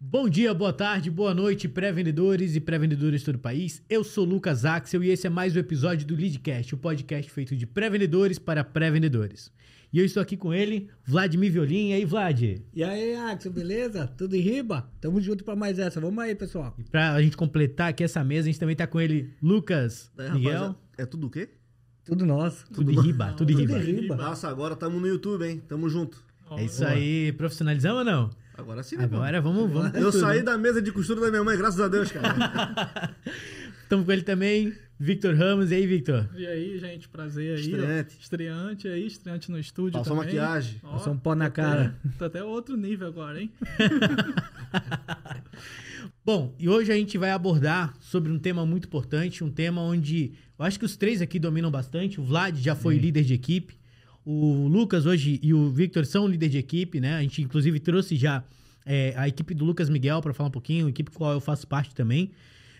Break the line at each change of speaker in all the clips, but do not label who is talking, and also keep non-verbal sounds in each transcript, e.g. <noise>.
Bom dia, boa tarde, boa noite, pré-vendedores e pré-vendedoras de todo o país. Eu sou Lucas Axel e esse é mais um episódio do Leadcast, o podcast feito de pré-vendedores para pré-vendedores. E eu estou aqui com ele, Vladimir Violim. E aí, Vlad?
E aí, Axel, beleza? Tudo em riba? Tamo junto pra mais essa. Vamos aí, pessoal.
E pra a gente completar aqui essa mesa, a gente também tá com ele, Lucas,
É,
Miguel.
rapaziada, é tudo o quê?
Tudo nosso.
tudo em riba, tudo em
tudo
riba.
em riba.
Nossa, agora tamo no YouTube, hein? Tamo junto.
É isso aí, profissionalizamos ou não?
Agora sim, né,
Agora vamos, vamos.
mano?
com
Eu
tudo. né?
saí da mesa de costura da minha mãe, graças a
<laughs>
Deus, cara.
Estamos com ele também, Victor Ramos. E aí, Victor?
E aí, gente, prazer aí. ó.
Estreante.
Estreante aí, estreante no estúdio
Passou
também.
maquiagem.
Ó,
Passou um pó na cara.
Tá até outro nível agora, hein?
Bom, e hoje a gente vai abordar sobre um tema muito importante, um tema onde eu acho que os três aqui dominam bastante. O Vlad já foi líder de equipe, o Lucas hoje e o Victor são líder de equipe, né? A gente inclusive trouxe já é, a equipe do Lucas Miguel para falar um pouquinho, a equipe qual eu faço parte também,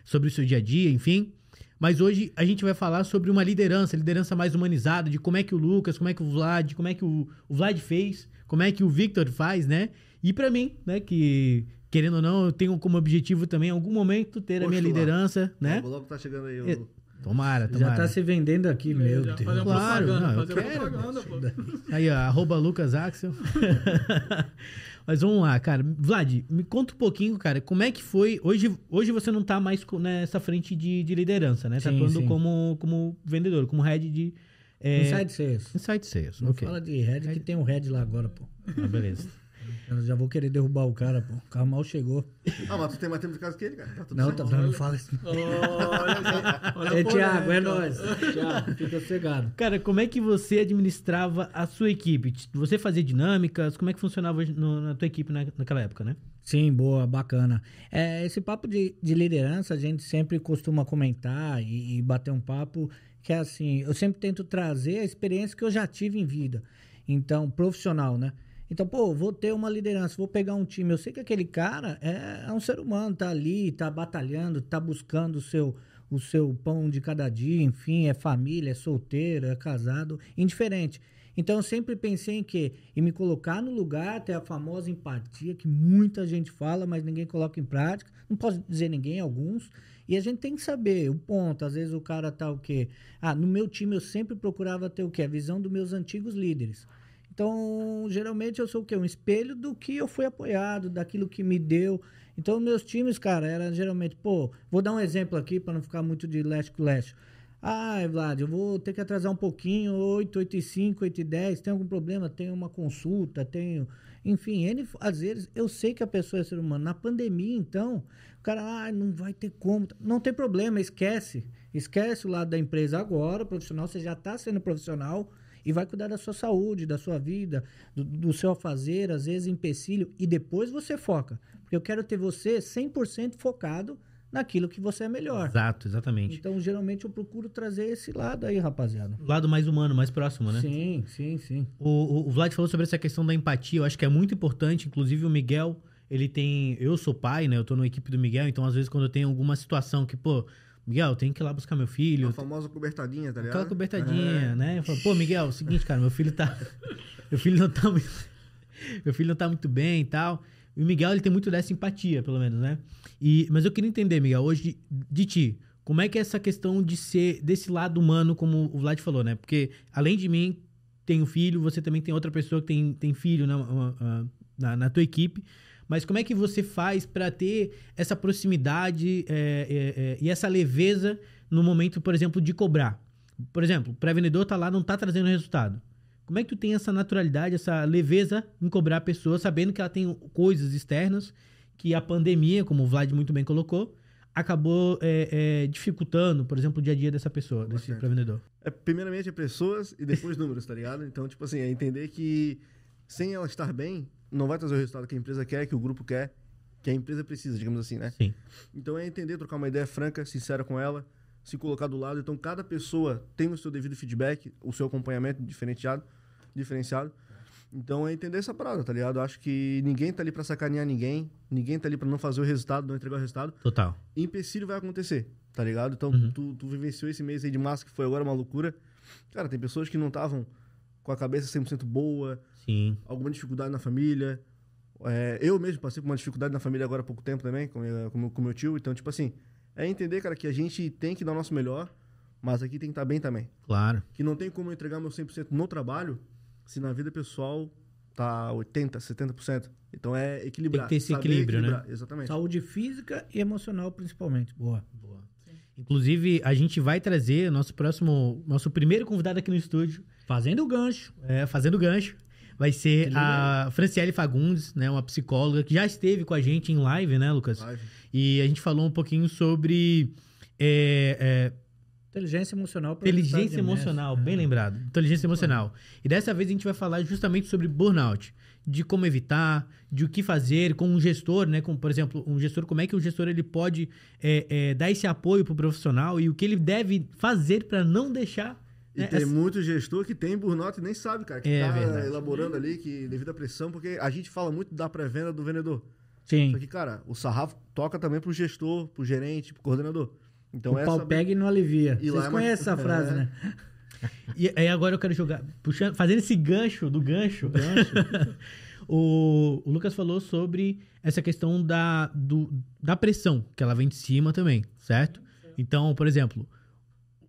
sobre o seu dia a dia, enfim. Mas hoje a gente vai falar sobre uma liderança, liderança mais humanizada, de como é que o Lucas, como é que o Vlad, como é que o, o Vlad fez, como é que o Victor faz, né? E pra mim, né, que querendo ou não, eu tenho como objetivo também em algum momento ter a minha
Postular.
liderança, né?
Logo, logo tá chegando aí.
É,
O...
Tomara, tomara.
Já tá se vendendo aqui, meu
Já
Deus.
Fazer uma
Claro,
propaganda,
não, eu
fazer uma
quero,
propaganda, pô.
Aí, ó, arroba Lucas Axel. <laughs> Mas vamos lá, cara. Vlad, me conta um pouquinho, cara, como é que foi. Hoje, hoje você não tá mais co- nessa frente de, de liderança, né? Tá
Sim,
atuando
sim.
como, como vendedor, como head de. É,
Inside Sales.
Inside Sales,
Não
É. ok.
fala de Red, que tem um Red lá agora, pô.
Ah, beleza.
Eu já vou querer derrubar o cara, pô. O carro mal chegou.
Ah, mas tu tem mais tempo de casa que ele, cara. Tá tudo
Não,
certo.
tá, não fala isso.
Olha, então. olha
É
a né,
Thiago, é
polêmica.
nóis. Thiago, fica cegado.
Cara, como é que você administrava a sua equipe? T- Você fazia dinâmicas? Como é que funcionava hoje no- na tua equipe na- naquela época, né?
Sim, boa, bacana. É, esse papo de, de liderança, a gente sempre costuma comentar e, e bater um papo que é assim, eu sempre tento trazer a experiência que eu já tive em vida. Então, profissional, né? Então, pô, vou ter uma liderança, vou pegar um time. Eu sei que aquele cara é, é um ser humano, tá ali, tá batalhando, tá buscando o seu, o seu pão de cada dia, enfim, é família, é solteiro, é casado, indiferente. Então eu sempre pensei em quê? Em me colocar no lugar, ter a famosa empatia que muita gente fala, mas ninguém coloca em prática. Não posso dizer ninguém, alguns. E a gente tem que saber o ponto. Às vezes o cara tá o quê? Ah, no meu time eu sempre procurava ter o quê? A visão dos meus antigos líderes. Então, geralmente eu sou o quê? Um espelho do que eu fui apoiado, daquilo que me deu. Então, meus times, cara, era geralmente, pô, vou dar um exemplo aqui para não ficar muito de leste com leste. Ai, Vlad, eu vou ter que atrasar um pouquinho, 8, 8 e 5, 8 e 10, tem algum problema? Tenho uma consulta, tenho... Enfim, N f- às vezes eu sei que a pessoa é ser humano. Na pandemia, então, o cara, ah, não vai ter como. Não tem problema, esquece. Esquece o lado da empresa agora, profissional, você já está sendo profissional e vai cuidar da sua saúde, da sua vida, do, do seu afazer, às vezes empecilho, e depois você foca. Porque eu quero ter você 100% focado naquilo que você é melhor.
Exato, exatamente.
Então, geralmente, eu procuro trazer esse lado aí, rapaziada.
O lado mais humano, mais próximo, né?
Sim, sim, sim.
O, o- o Vlad falou sobre essa questão da empatia, eu acho que é muito importante, inclusive o Miguel, ele tem, eu sou pai, né, eu tô na equipe do Miguel, então às vezes quando eu tenho alguma situação que, pô, Miguel, eu tenho que ir lá buscar meu filho,
É A famosa cobertadinha, tá ligado?
aquela cobertadinha, né, eu falo, pô, Miguel, é o seguinte, cara, meu filho tá, <laughs> meu filho não tá muito, <laughs> meu filho não tá muito bem e tal, e o Miguel, ele tem muito dessa empatia, pelo menos, né, e, mas eu queria entender, Miguel, hoje, de ti, como é que é essa questão de ser desse lado humano, como o Vlad falou, né? Porque além de mim, tem um filho, você também tem outra pessoa que tem, tem filho né, uma- uma- na, na tua equipe. Mas como é que você faz para ter essa proximidade é, é, é, e essa leveza no momento, por exemplo, de cobrar? Por exemplo, o pré-vendedor tá lá, não tá trazendo resultado. Como é que tu tem essa naturalidade, essa leveza em cobrar a pessoa, sabendo que ela tem coisas externas que a pandemia, como o Vlad muito bem colocou, acabou é, é, dificultando, por exemplo, o dia a dia dessa pessoa, desse
Bastante.
pré-vendedor?
É, primeiramente é pessoas e depois números, tá ligado? Então, tipo assim, é entender que sem ela estar bem, não vai trazer o resultado que a empresa quer, que o grupo quer, que a empresa precisa, digamos assim, né?
Sim.
Então é entender, trocar uma ideia franca, sincera com ela, se colocar do lado. Então cada pessoa tem o seu devido feedback, o seu acompanhamento diferenciado, diferenciado. Então é entender essa parada, tá ligado? Eu Acho que ninguém tá ali pra sacanear ninguém, ninguém tá ali pra não fazer o resultado, não entregar o resultado.
Total.
Empecilho vai acontecer, tá ligado? Então tu, tu vivenciou esse mês aí de março que foi agora uma loucura. Cara, tem pessoas que não estavam com a cabeça 100% boa,
Sim.
alguma dificuldade na família, É, eu mesmo passei por uma dificuldade na família agora há pouco tempo também, com, eh, com, meu- com meu tio. Então, tipo assim, é entender, cara, que a gente tem que dar o nosso melhor, mas aqui tem que estar bem também.
Claro.
Que não tem como eu entregar meu 100% no trabalho se na vida pessoal tá 80%, 70%. Então é equilibrar.
Tem que ter esse
saber
equilíbrio, né?
equilibrar, Exatamente.
Saúde física e emocional, principalmente. Boa.
Boa. Inclusive, a gente vai trazer nosso próximo, nosso primeiro convidado aqui no estúdio,
Fazendo o gancho.
é, fazendo gancho. Vai ser
Tudo
a Franciele Fagundes, né, uma psicóloga que já esteve com a gente em live, né, Lucas?
Live.
E a gente falou um pouquinho sobre é, é,
Inteligência emocional. pra estar
inteligência
de
emocional,
mestre.
bem
É.
lembrado. Inteligência emocional. E dessa vez a gente vai falar justamente sobre burnout, de como evitar, de o que fazer com um gestor, né? Com, por exemplo, um gestor, como é que o gestor ele pode é, é, dar esse apoio pro profissional e o que ele deve fazer para não deixar.
E
né,
tem
essa-
muito gestor que tem burnout e nem sabe, cara, que
É
tá
verdade.
elaborando ali, que devido à pressão, porque a gente fala muito da pré-venda do vendedor.
Sim.
Só que, cara, o sarrafo toca também pro gestor, pro gerente, pro coordenador. Então
o
é
pau
saber-
pega e não alivia.
E
Vocês
lá é mais-
conhecem essa frase,
É.
né?
E aí agora eu quero jogar, puxando, fazendo esse gancho do gancho. <laughs> o, o Lucas falou sobre essa questão da, do- da pressão, que ela vem de cima também, certo? Então, por exemplo,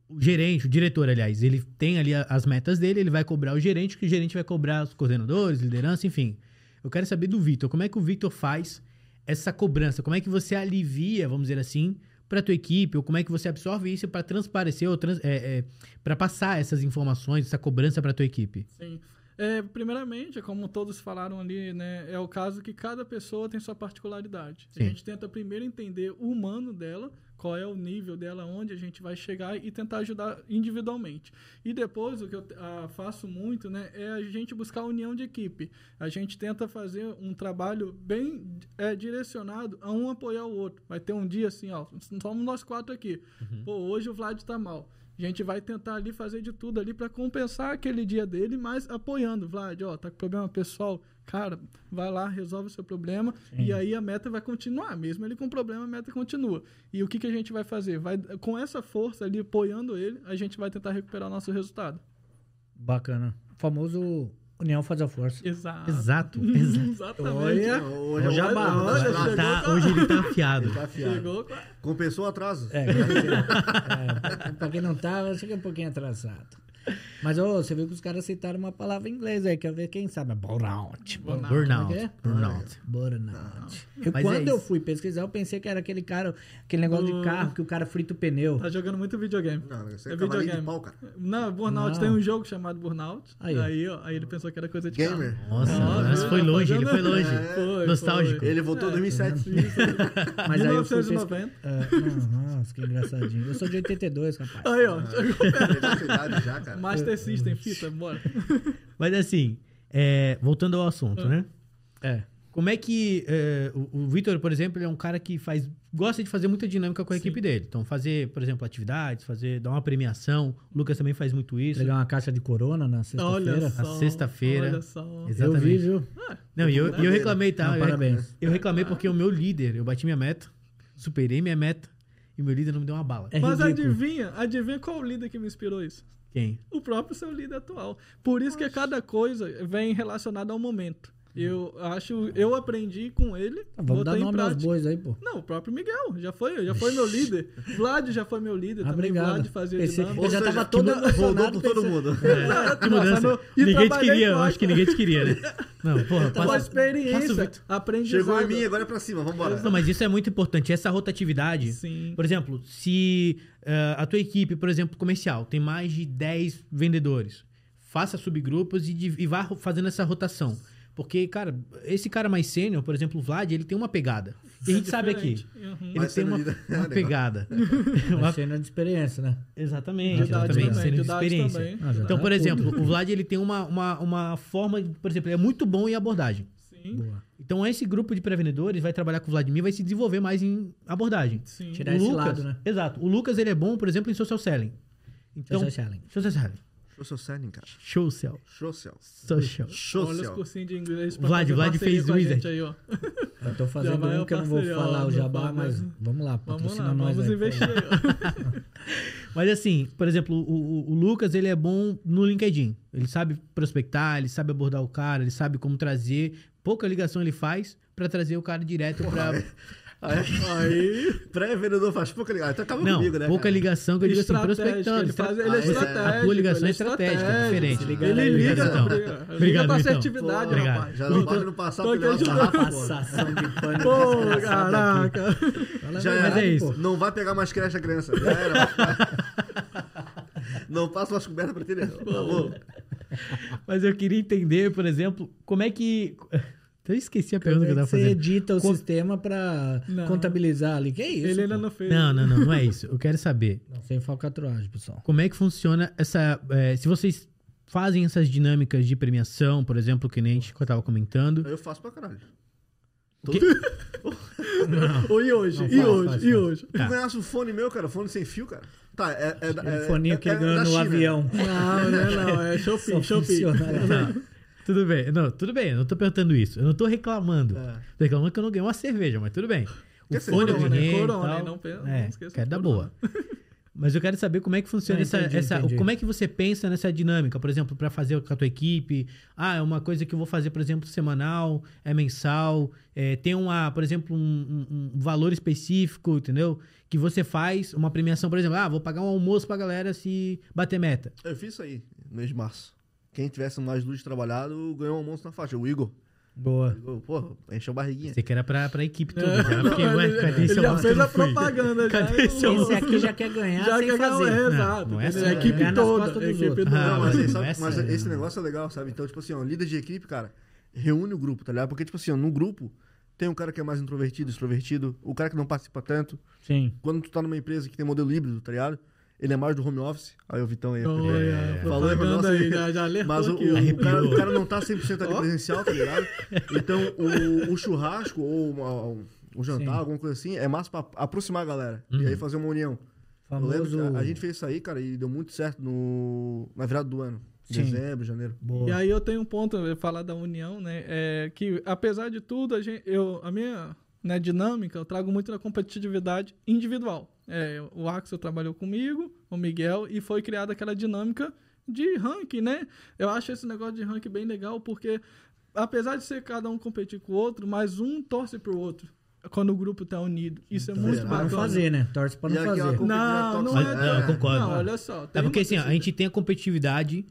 o gerente, o diretor, aliás, ele tem ali a- as metas dele, ele vai cobrar o gerente, que o gerente vai cobrar os coordenadores, liderança, enfim. Eu quero saber do Vitor, como é que o Vitor faz essa cobrança? Como é que você alivia, vamos dizer assim, para tua equipe? Ou como é que você absorve isso para transparecer ou trans, é, é, para passar essas informações, essa cobrança para tua equipe?
Sim. É, primeiramente, como todos falaram ali, né, é o caso que cada pessoa tem sua particularidade.
Sim.
A gente tenta primeiro entender o humano dela, qual é o nível dela, onde a gente vai chegar e tentar ajudar individualmente. E depois, o que eu ah, faço muito, né, é a gente buscar a união de equipe. A gente tenta fazer um trabalho bem é, direcionado a um apoiar o outro. Vai ter um dia assim, ó, somos nós quatro aqui. Pô, hoje o Vlad tá mal. A gente vai tentar ali fazer de tudo ali pra compensar aquele dia dele, mas apoiando. Vlad, ó, tá com problema pessoal. Cara, vai lá, resolve o seu problema. E aí a meta vai continuar. Mesmo ele com problema, a meta continua. E o que, que a gente vai fazer? Vai, com essa força ali, apoiando ele, a gente vai tentar recuperar nosso resultado.
Bacana. O famoso união faz a força. <laughs>
Exato.
Exato, exato.
Exatamente.
Ah. Olha.
Hoje,
Hoje
é
a
o-
barra,
hoje é o-
chegou
Tá,
com-
hoje ele tá afiado.
<laughs>
Ele tá afiado.
Chegou com a-
Compensou o atraso.
É, é, pra quem não tava, chega um pouquinho atrasado. Mas, ô, você viu que os caras citaram uma palavra em inglês aí, quer ver quem sabe? É Burnout.
Burnout,
Como é que é?
burnout.
Burnout. Eu,
Mas é
quando eu
isso.
fui pesquisar, eu pensei que era aquele cara, aquele negócio de carro que o cara frita o pneu.
Tá jogando muito videogame.
Não, você é cavalinho
é
de
videogame.
pau, cara.
Não, Burnout
Não.
tem um jogo chamado Burnout.
Aí,
Aí,
ó.
aí, ó, aí ele pensou que era coisa de
Gamer.
carro.
Nossa,
Ó,
mas
viu?
foi
Tá
longe, ele foi
fazendo-
longe.
É, foi,
Nostálgico.
foi.
Ele voltou em
É,
2007.
Isso, isso.
Mas aí eu fui pesquisar.
1990.
Ah, nossa, que engraçadinho. Eu sou de 82, rapaz.
Aí, ó. chegou.
Ele já tem idade já, cara.
Master System, fita, bora.
Mas assim, é, voltando ao assunto, né?
É.
Como é que é, o, o Vitor, por exemplo, ele é um cara que faz gosta de fazer muita dinâmica com a equipe dele. Então fazer, por exemplo, atividades, fazer dar uma premiação. O Lucas também faz muito isso.
Pegar uma caixa de corona na
Olha
sexta-feira.
só.
sexta-feira. É
Olha só.
Eu
Exatamente.
vi, viu?
Não, e eu, e eu reclamei, tá?
Não,
Eu-
parabéns.
Eu reclamei porque o meu líder, eu bati minha meta, superei minha meta e meu líder não me deu uma bala.
É
Mas
ridículo.
adivinha, adivinha qual o líder que me inspirou isso?
Quem?
o próprio seu líder atual. Por isso que cada coisa vem relacionada ao momento. Eu acho, eu aprendi com ele,
Ah, Vamos dar
botei em
nome aos
prática.
bois aí,
<laughs>
pô.
Não, o próprio Miguel já foi, já foi meu líder. Vlad já foi meu líder
Ah,
também.
obrigado.
Vlad fazia
Pensei-
dinâmica.
Eu já tava todo
que mu- Rodou
emocionado,
por todo
pensei-
mundo.
Que mudança.
Nossa, no- e
Ninguém te
trabalhei
queria, eu
com-
acho que ninguém te queria,
<laughs>
né? Não, porra,
Com
passa,
a
passa o
experiência,
Vitor.
aprendizado.
<laughs> Chegou em mim, agora é pra cima, vambora.
Não, mas isso é muito importante, essa rotatividade.
Sim.
Por exemplo, se eh, a tua equipe, por exemplo, comercial, tem mais de 10 vendedores, faça subgrupos e, div- e vá ro- fazendo essa rotação. Porque, cara, esse cara mais sênior, por exemplo, o Vlad, ele tem uma pegada. E a gente sabe aqui.
diferente. Uhum.
Ele é
Mas
tem
sendo
uma,
líder-
uma
Ah, legal.
pegada.
Mas cena Tá de experiência, né?
<laughs> Exatamente,
Verdade
exatamente.
também,
Sendo de
verdade
experiência.
também.
Ah, já
Então,
tá
por
tudo.
exemplo, o Vlad ele tem uma, uma, uma forma, de- por exemplo, ele é muito bom em abordagem.
Sim,
Boa.
Então, esse grupo de pré-vendedores vai trabalhar com o Vladimir, vai se desenvolver mais em abordagem.
sim.
Tirar esse lado, né?
Exato. O Lucas ele é bom, por exemplo, em social selling. Então,
Social selling.
Social selling.
Show seu selling, cara.
Show sell.
Show seu.
Social.
Show
Olha os
seu.
cursinhos de inglês. pra
Vlad,
fazer
Vlad
parceria
fez
com a gente
Wizard.
Aí, ó.
Eu tô fazendo
vai
um
é o
que eu não vou
parceiro,
falar
ó,
o
meu
jabá,
pai,
mas
né?
vamos lá,
Vamos
patrocina
lá,
nós
vamos
aí,
investir.
<laughs>
pô.
aí, ó.
Mas assim, por exemplo, o, o- o Lucas ele é bom no LinkedIn. Ele sabe prospectar, ele sabe abordar o cara, ele sabe como trazer. pouca ligação ele faz pra trazer o cara direto pra.
é
Aí, aí pré-vendedor faz pouca ligação. Então acaba
Não,
comigo, né?
pouca
cara?
ligação que eu digo assim, prospectando.
é Ele, faz,
estra-
ele
Ah,
é
esse-
estratégico.
a tua ligação
ele
é estratégica,
estratégico.
diferente.
Ele liga,
Obrigado, então.
liga, liga
Obrigado,
pra
então.
Pô,
assertividade,
Obrigado.
rapaz.
Já não pode no passado
tô
que
aqui
ele vai
ajudando.
passar, pô.
Passação
<laughs>
de pano.
Pô,
desgraçado aqui.
caraca.
Fala a
Já
verdade,
é
era,
pô.
pô. Não vai pegar mais creche a criança. Já era. vai <laughs> ficar- não passa mais coberta pra ti, né? Acabou.
Mas eu queria entender, por exemplo, como é que. <laughs> Eu esqueci a pergunta
Como
que
é
eu tava
que você
fazendo.
edita o
Co-
sistema pra
tá Não.
contabilizar ali? Que é isso?
Ele
pô?
ainda não fez.
Não, não, não, não é isso. Eu quero saber
Não, Sem falcatruagem, pessoal.
como é que funciona essa. eh, se vocês fazem essas dinâmicas de premiação, por exemplo, que nem a gente tava
<laughs>
comentando.
Eu faço pra caralho. <laughs>
Que-
Ou e hoje,
Não,
e
faz,
hoje,
faz,
e
faz.
hoje.
Tá.
Tu ganhasse um fone meu, cara, fone sem fio, cara. Tá, é. é, da-
Aquele
é
um foninho que
é-
ele
é
ganhou
da
no
China.
avião.
Não, não é não, é
Só
shopping, shopping.
funciona lá.
Tá. Tudo bem, não, tudo bem, eu não tô perguntando isso. Eu não tô reclamando.
É.
Tô reclamando que eu não ganhei uma cerveja, mas tudo bem. O
Quer ser
fone, eu
corona,
ganhei. e
né? corona,
tal.
não pe- não
é,
esqueça
quero
do
dar
corona.
boa. Mas eu quero saber como é que funciona
Não,
essa.
entendi,
essa
entendi.
Como é que você pensa nessa dinâmica, por exemplo, pra fazer com a tua equipe? Ah, é uma coisa que eu vou fazer, por exemplo, semanal, é mensal, é, tem uma, por exemplo, um, um- um valor específico, entendeu? Que você faz uma premiação, por exemplo, ah, vou pagar um almoço pra galera se bater meta.
Eu fiz isso aí, no mês de março. Quem tivesse mais luz trabalhado ganhou um almoço na faixa. O Igor.
Boa.
Igor, Pô, encheu a barriguinha.
Você que era pra, pra equipe toda,
É,
já fiquei,
não,
ué,
ele-
cadê esse
ele já
almoço que eu
fez
não
a
fui?
propaganda, já.
Cadê esse almoço?
Esse aqui já quer ganhar
é Já
sem
que não
fazer.
é,
Não,
exato.
não é
entendeu?
só,
a equipe
é nas costas
toda, a
dos
equipe
outros.
toda.
Ah,
Não, mas,
mas
aí,
não
sabe-
é essa,
mas
né?
esse negócio é legal, sabe? Então, tipo assim, ó, líder de equipe, cara, reúne o grupo, tá ligado? Porque, tipo assim, ó, no grupo tem um cara que é mais introvertido, extrovertido, o cara que não participa tanto.
Sim.
Quando tu tá numa empresa que tem modelo híbrido, tá ligado? Ele é mais do home office. Aí o Vitão aí.
Olha,
é, falou,
Então, propaganda
nossa,
aí, já, já alertou
Mas o,
aqui,
o
ó.
cara, o cara não tá 100% ali
Ó.
presencial, tá ligado? Então, o, o churrasco ou uma- um, jantar, alguma coisa assim, é massa pra aproximar a galera. E aí fazer uma união. Eu lembro que
Famoso.
a, a gente fez isso aí, cara, e deu muito certo no, na virada do ano.
Sim.
Dezembro, janeiro.
E
Boa.
aí eu tenho um ponto eu ia falar da união, né? É que apesar de tudo, a, gente, eu, a minha né, dinâmica eu trago muito na competitividade individual. É, o Axel trabalhou comigo, o Miguel, e foi criada aquela dinâmica de ranking, né? Eu acho esse negócio de ranking bem legal porque apesar de ser cada um competir com o outro, mas um torce pro outro quando o grupo tá unido. Isso é
Então,
muito
será?
Pra
bacana.
não fazer, né? Torce pra
E
não
aquela
fazer.
coisa-
Não, não
Mas,
é.
não, eu concordo.
Não, olha só.
É
tem
porque
uma
assim, ó, a
coisa-
gente tem a competitividade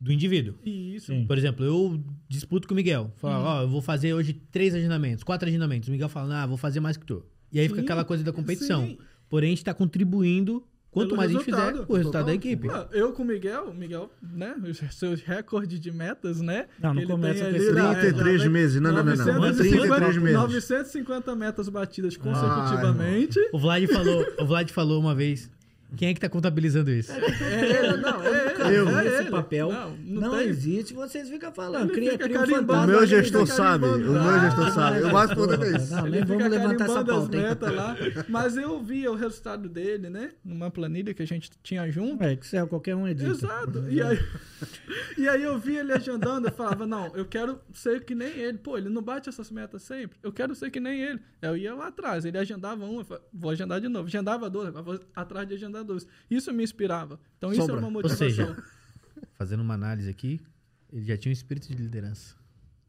do indivíduo.
Isso.
Sim.
Por exemplo, eu disputo com o Miguel. Fala, ó, eu vou fazer hoje três agendamentos, quatro agendamentos. O Miguel fala, ah, vou fazer mais que tu. E aí fica
Sim,
aquela coisa da competição.
sim.
Porém, a gente tá contribuindo, quanto
Pelo
mais a gente
resultado,
fizer, com o resultado da
total.
equipe.
Ah, Eu com o Miguel, Miguel, né? <laughs> Seu recorde de metas, né?
Não, não
Ele
começa
tem
com
ali,
esse
né,
33
nove-
meses. Não, não, não, não.
950
33 meses.
950 metas
Ah,
batidas consecutivamente.
O Vlad falou, o Vlad falou uma vez, quem é que tá contabilizando isso?
é ele, não, é ele.
Eu
é
esse
ele.
papel
Não,
não,
não tem.
existe, vocês ficam falando.
Ele
Cria,
fica
cria um
carimbando.
O
fantasma.
meu
Ele
gestor
fica
sabe. O
carimbando.
meu
Ah,
gestor sabe. Eu gosto quando é isso.
Não,
Ele
nem
fica
vamos levantar essa
carimbando as
pauta. hein?
metas lá. Mas eu via o resultado dele, né? Numa planilha que a gente tinha junto.
É, Excel, qualquer um edita.
Exato. E aí, <laughs> e aí eu vi ele agendando, eu falava, não, eu quero ser que nem ele. Pô, ele não bate essas metas sempre. Eu quero ser que nem ele. Eu ia lá atrás, ele agendava uma, eu falava, vou agendar de novo. Agendava duas, agora vou atrás de agendar duas. Isso me inspirava. Então isso
Sombra.
é uma
Ou
motivação.
seja,
<laughs>
fazendo uma análise aqui, ele já tinha um espírito de liderança.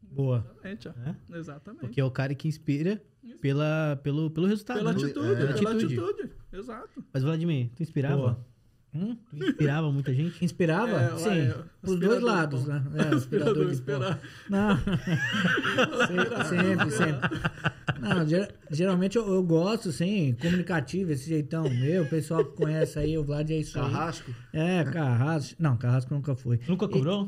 Boa.
Exatamente, ó. É, Exatamente.
Porque é o cara que inspira pela, pelo, pelo resultado.
Pela
né?
atitude,
Pela
pela
atitude.
atitude. Exato.
Mas, Vladimir, tu inspirava?
Boa.
Hum? Tu inspirava muita gente?
Inspirava?
É,
Sim.
olha,
Os
aspirador
dois
de
lados,
pó.
né?
<laughs>
É,
Aspirador,
aspirador de pó.
esperar.
Não.
<laughs>
Se- sempre, sempre. Não, ger- geralmente eu, eu gosto, sim, comunicativo, esse jeitão meu. O pessoal que conhece aí, o Vlad é isso aí.
Carrasco.
É, Carrasco. Não, Carrasco nunca foi.
Nunca cobrou?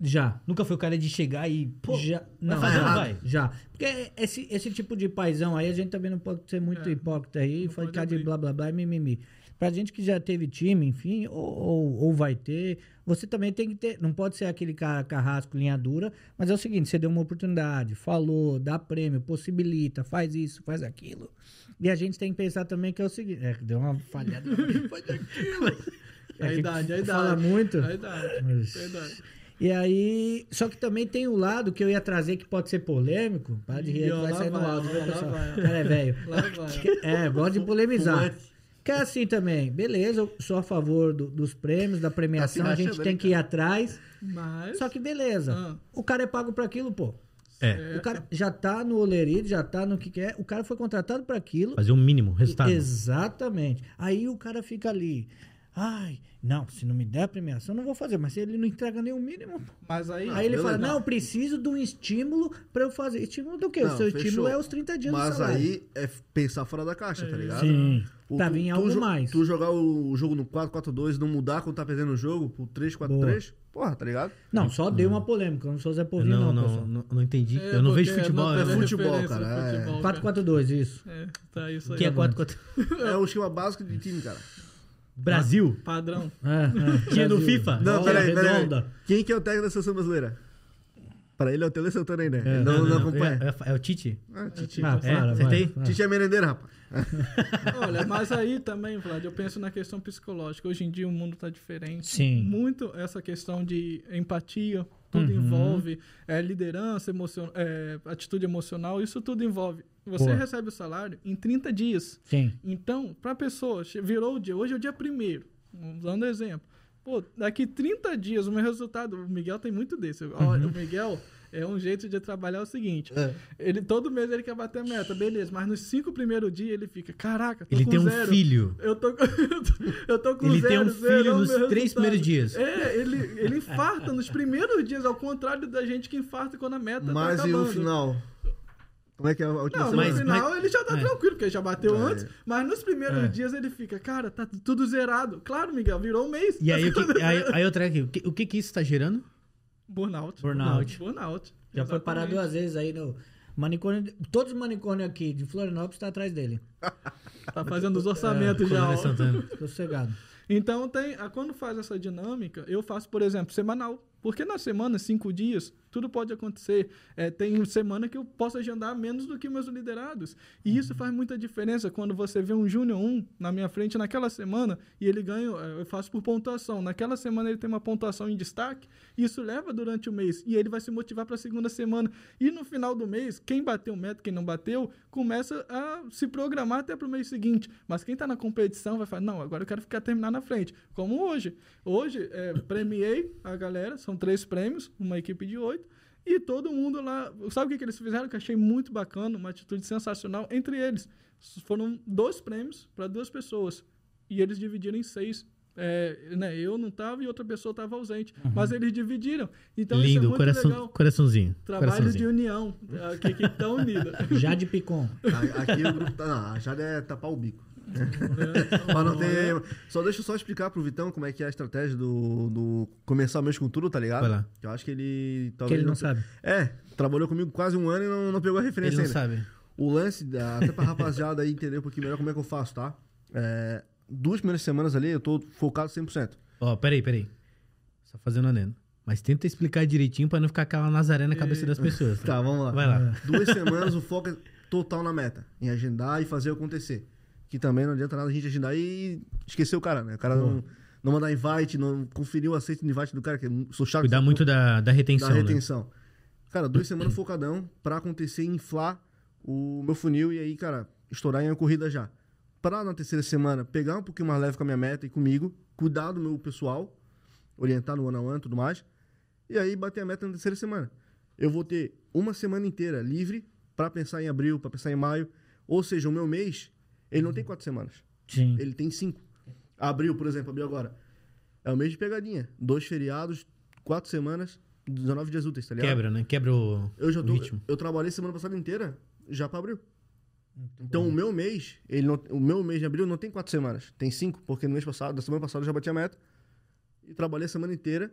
Já.
Nunca foi o cara de chegar e. Pô,
já,
vai
não,
fazer,
já,
não vai?
já. Porque esse, esse tipo de paizão aí, a gente também não pode ser muito hipócrita aí,
É. não
ficar
pode
de
abrir.
blá blá blá e mimimi. Pra gente que já teve time, enfim, ou, ou, ou vai ter, você também tem que ter. Não pode ser aquele cara carrasco, linha dura, mas é o seguinte: você deu uma oportunidade, falou, dá prêmio, possibilita, faz isso, faz aquilo. E a gente tem que pensar também que é o seguinte: é, deu uma
<laughs>
falhada. faz aquilo.
É A
É que
idade, a idade. É
Fala muito.
A idade.
Mas-
A idade.
E aí. Só que também tem o lado que eu ia trazer que pode ser polêmico. Para de
Ih,
rir,
ó,
que vai
lá
sair no
vai,
áudio,
ó,
viu,
lá
pessoal?
vai, ó.
Cara, é velho.
Lá
<laughs>
vai.
É, gosta de polemizar. Que é assim também. Beleza, eu sou a favor do- dos prêmios, da
Tá
premiação, a gente
rachando
tem
ali,
que ir atrás.
Mas.
Só que beleza.
né, Ah.
O cara é pago para aquilo, pô.
É.
O cara já tá no olerido, já tá no que quer. O cara foi contratado para aquilo.
Fazer o mínimo, resultado.
Exatamente. Aí o cara fica ali. Ai, não, se não me der a premiação, não vou fazer. Mas ele não entrega nem o mínimo. pô.
Mas aí.
Aí ele
beleza.
fala, não, eu preciso de um estímulo para eu fazer. Estímulo do quê? o
Não,
seu
fechou.
estímulo é os 30 dias do
Mas
salário.
aí é f- pensar fora da caixa, tá ligado?
Sim.
O-
Tava em algo
jo-
mais.
Tu jogar o o jogo no 4-4-2, não mudar quando tá perdendo o jogo pro 3-4-3, porra, tá ligado?
Não, só deu uma polêmica. Eu não sou Zé
Eu
Povinho,
não,
não,
não,
pessoal.
não, não entendi.
É,
eu não
porque
vejo futebol. né?
não
eu
tem
não-
vejo futebol,
referência do
cara, é.
futebol,
4-4-2, isso.
É, tá isso aí.
Que é 4 contra...
É o esquema básico de time, cara.
Brasil.
Padrão.
É, é,
<laughs> Tinha no
Brasil.
FIFA?
Não,
Bola
peraí, peraí.
redonda.
Quem que é o técnico da seleção brasileira? Pra ele é o Tele Santana aí, né? Ele não, não, acompanha.
É, é- é o Tite?
Ah, Titi.
Ah,
É,
para,
acertei?
vai, vai.
Titi é merendeiro, rapaz.
Olha, mas aí também, Vlad, eu penso na questão psicológica. Hoje em dia o mundo tá diferente.
Sim.
Muito essa questão de empatia, tudo
Uhum.
envolve. é, liderança, emocion... é, atitude emocional, isso tudo envolve. Você
Boa.
recebe o salário em 30 dias.
Sim.
Então, pra pessoa, che- virou o dia, hoje é o dia primeiro, dando exemplo. Pô, daqui 30 dias, o meu resultado, o Miguel tem muito desse.
Uhum.
Olha, o Miguel é um jeito de trabalhar é o seguinte. Ele, todo mês ele quer bater a meta, beleza, mas nos cinco primeiros dias ele fica, caraca, tô
Ele
com
tem um
zero.
filho.
Eu tô, com- <laughs> eu tô- eu tô com
Ele tem
zero,
um
zero,
filho
é o
nos
meu
três
resultado.
primeiros dias.
É, ele, ele infarta nos primeiros dias, ao contrário da gente que infarta quando a meta tá
Mas e o
acabando.
final? Como é que é a última
Não,
semana?
no
mas-
final ele já tá
é.
tranquilo, porque já bateu
É.
antes, mas nos primeiros
É.
dias ele fica, cara, tá tudo zerado. Claro, Miguel, virou um mês.
E aí, o que, aí, aí eu trago aqui. O que, o que que isso tá gerando?
<laughs> Burnout.
Burnout.
Burnout.
Já foi
Exatamente.
parar duas vezes aí no manicômio. Todos os manicômios aqui de Florianópolis tá atrás dele.
Tá fazendo
É,
os orçamentos já.
Coronel
ó.
Santana.
<laughs> Sossegado.
Então, tem, a- quando faz essa dinâmica, eu faço, por exemplo, semanal. Porque na semana, cinco dias, tudo pode acontecer. É, tem semana que eu posso agendar menos do que meus liderados. E isso faz muita diferença quando você vê um Júnior 1 na minha frente naquela semana e ele ganha, é, eu faço por pontuação. Naquela semana ele tem uma pontuação em destaque, isso leva durante o mês. E ele vai se motivar para a segunda semana. E no final do mês, quem bateu meta, quem não bateu, começa a se programar até para o mês seguinte. Mas quem está na competição vai falar, não, agora eu quero ficar terminar na frente. Como hoje. Hoje, é, premiei a galera, são três prêmios, uma equipe de oito. E todo mundo lá. Sabe o que, que eles fizeram? Que eu achei muito bacana, uma atitude sensacional entre eles. S- Foram dois prêmios para duas pessoas. E eles dividiram em seis. É, né, eu não tava e outra pessoa estava ausente. Mas eles dividiram. Então isso é
Uhum. Lindo,
muito
coração,
legal.
coraçãozinho.
Trabalho de
coraçãozinho.
união, a que que tá
<laughs>
unida.
Já de Picon.
A- Aqui o grupo tá. Não, a Jade é tapar
<laughs>
o bico. Mas não tem. Só deixa eu só explicar pro Vitão como é que é a estratégia do, do começar o mês com tudo, tá ligado?
Vai lá.
Que Eu acho que ele.
Que
Talvez
ele não sabe.
É, trabalhou comigo quase um ano e não, não pegou a
Ele
né,
referência
não
ainda.
sabe.
O lance, da- até pra rapaziada aí entender um pouquinho melhor como é que eu faço, tá? É, duas primeiras semanas ali eu tô focado 100%.
Ó, peraí, peraí. Só fazendo anendo. Mas tenta explicar direitinho pra não ficar aquela nazaré na
É.
cabeça das pessoas.
Tá, vamos lá.
Vai lá.
Duas semanas o foco é total na meta, em agendar e fazer acontecer. Que também não adianta nada a gente agendar e esquecer o cara, né? O cara não, não mandar invite, não conferir o aceito do invite do cara, que eu sou chato.
Cuidar muito da, da retenção,
da
né?
retenção. Cara,
<clears throat>
duas semanas focadão pra acontecer e inflar o meu funil e aí, cara, estourar em uma corrida já. Pra na terceira semana pegar um pouquinho mais leve com a minha meta e comigo, cuidar do meu pessoal, orientar no one on one e tudo mais, e aí bater a meta na terceira semana. Eu vou ter uma semana inteira livre pra pensar em abril, pra pensar em maio, ou seja, o meu mês, ele
Uhum.
não tem quatro semanas.
Sim.
Ele tem cinco. Abril, por exemplo, abriu agora. É o mês de pegadinha. Dois feriados, quatro semanas, 19 dias úteis, tá ligado?
Quebra, né? Quebra o,
Eu já
o
tô,
ritmo.
Eu trabalhei semana passada inteira, já pra abril.
Hum,
Então o meu mês, ele não, o meu mês de abril não tem quatro semanas, tem cinco, porque no mês passado, da semana passada eu já bati a meta e trabalhei a semana inteira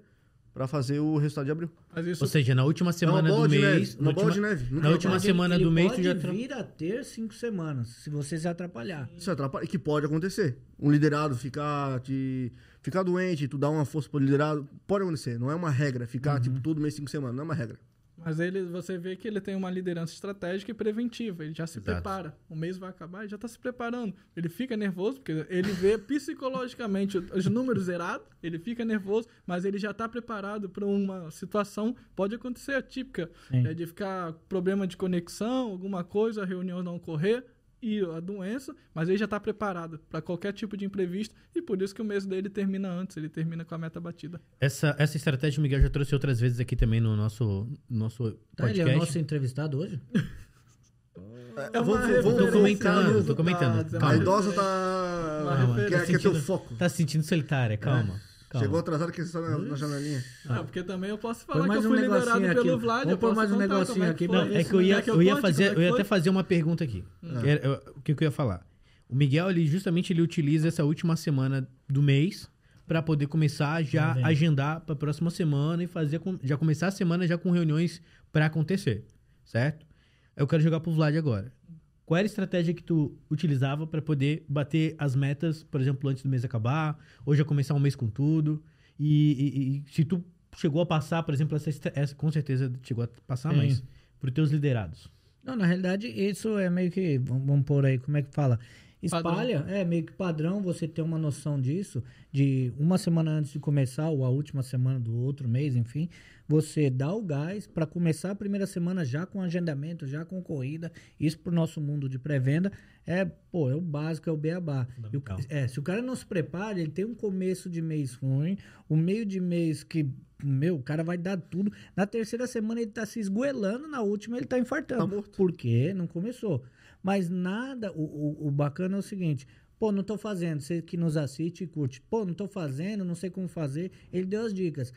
pra fazer o resultado de abril.
Mas isso
Ou seja, na última
É uma
semana
bola
do
de
mês.
neve, uma
na
bola de
última-
neve.
Na
Nunca
última
Mas ele-
semana
ele
do mês,
pode
tu já. tra-
vir a ter cinco semanas, se você se atrapalhar.
Isso é atrapalha. E que pode acontecer. Um liderado ficar, te, ficar doente, tu dar uma força pro liderado. Pode acontecer. Não é uma regra. Ficar,
Uhum.
tipo, todo mês, cinco semanas. Não é uma regra.
Mas ele, você vê que ele tem uma liderança estratégica e preventiva. Ele já se
Exato.
prepara. O mês vai acabar e já está se preparando. Ele fica nervoso, porque ele vê psicologicamente o- os números zerados, ele fica nervoso, mas ele já está preparado para uma situação, pode acontecer atípica, É
Sim.
né, de ficar problema de conexão, alguma coisa, a reunião não ocorrer. e a doença, mas ele já está preparado para qualquer tipo de imprevisto e por isso que o mês dele termina antes, ele termina com a meta batida.
Essa, essa estratégia o Miguel já trouxe outras vezes aqui também no nosso, nosso
Tá,
podcast.
ele é o nosso entrevistado hoje?
É uma
Vamos- vamos-
referência
Tô comentando,
a
tô comentando.
resultados,
A
Calma.
é uma
idosa tá.
Calma.
Quer,
Tá
quer ter o
sentindo-
foco.
Tá se sentindo solitária, calma. calma.
É. Chegou atrasado que só na, na janelinha.
Ah, porque também eu posso
Põe
falar que
mais
eu
um
fui liberado
negocinho
pelo
aqui.
Vlad.
Vamos
eu
pôr
posso
mais um
contar como
negocinho
que
aqui
foi
pra-
Não, é
isso,
que eu ia,
né?
eu ia
conte
fazer, eu
como é que
ia
foi.
até fazer uma pergunta aqui.
Hum.
Era- eu- o que, que eu ia falar? O Miguel, ele justamente ele utiliza essa última semana do mês para poder começar já
Tá vendo?
agendar para a próxima semana e fazer com- já começar a semana já com reuniões para acontecer, certo? Eu quero jogar pro Vlad agora. Qual era a estratégia que tu utilizava para poder bater as metas, por exemplo, antes do mês acabar, ou já começar um mês com tudo? E, e- e se tu chegou a passar, por exemplo, essa, estra- essa- com certeza chegou a passar,
Sim.
mas para teus liderados.
Não, na realidade, isso é meio que. Vamos vamos pôr aí, como é que fala? Espalha, é meio que padrão você ter uma noção disso, de uma semana antes de começar, ou a última semana do outro mês, enfim, você dá o gás para começar a primeira semana já com agendamento, já com corrida. Isso pro nosso mundo de pré-venda é, pô, é o básico, é o beabá. E o,
Fundamental.
é, se o cara não se prepara, ele tem um começo de mês ruim, o meio de mês que, meu, o cara vai dar tudo. Na terceira semana ele tá se esgoelando, na última ele tá infartando.
Tá morto.
Por quê? Não começou. Mas nada, o, o- o bacana é o seguinte. Pô, não tô fazendo, você que nos assiste e curte. Pô, não tô fazendo, não sei como fazer. Ele deu as dicas.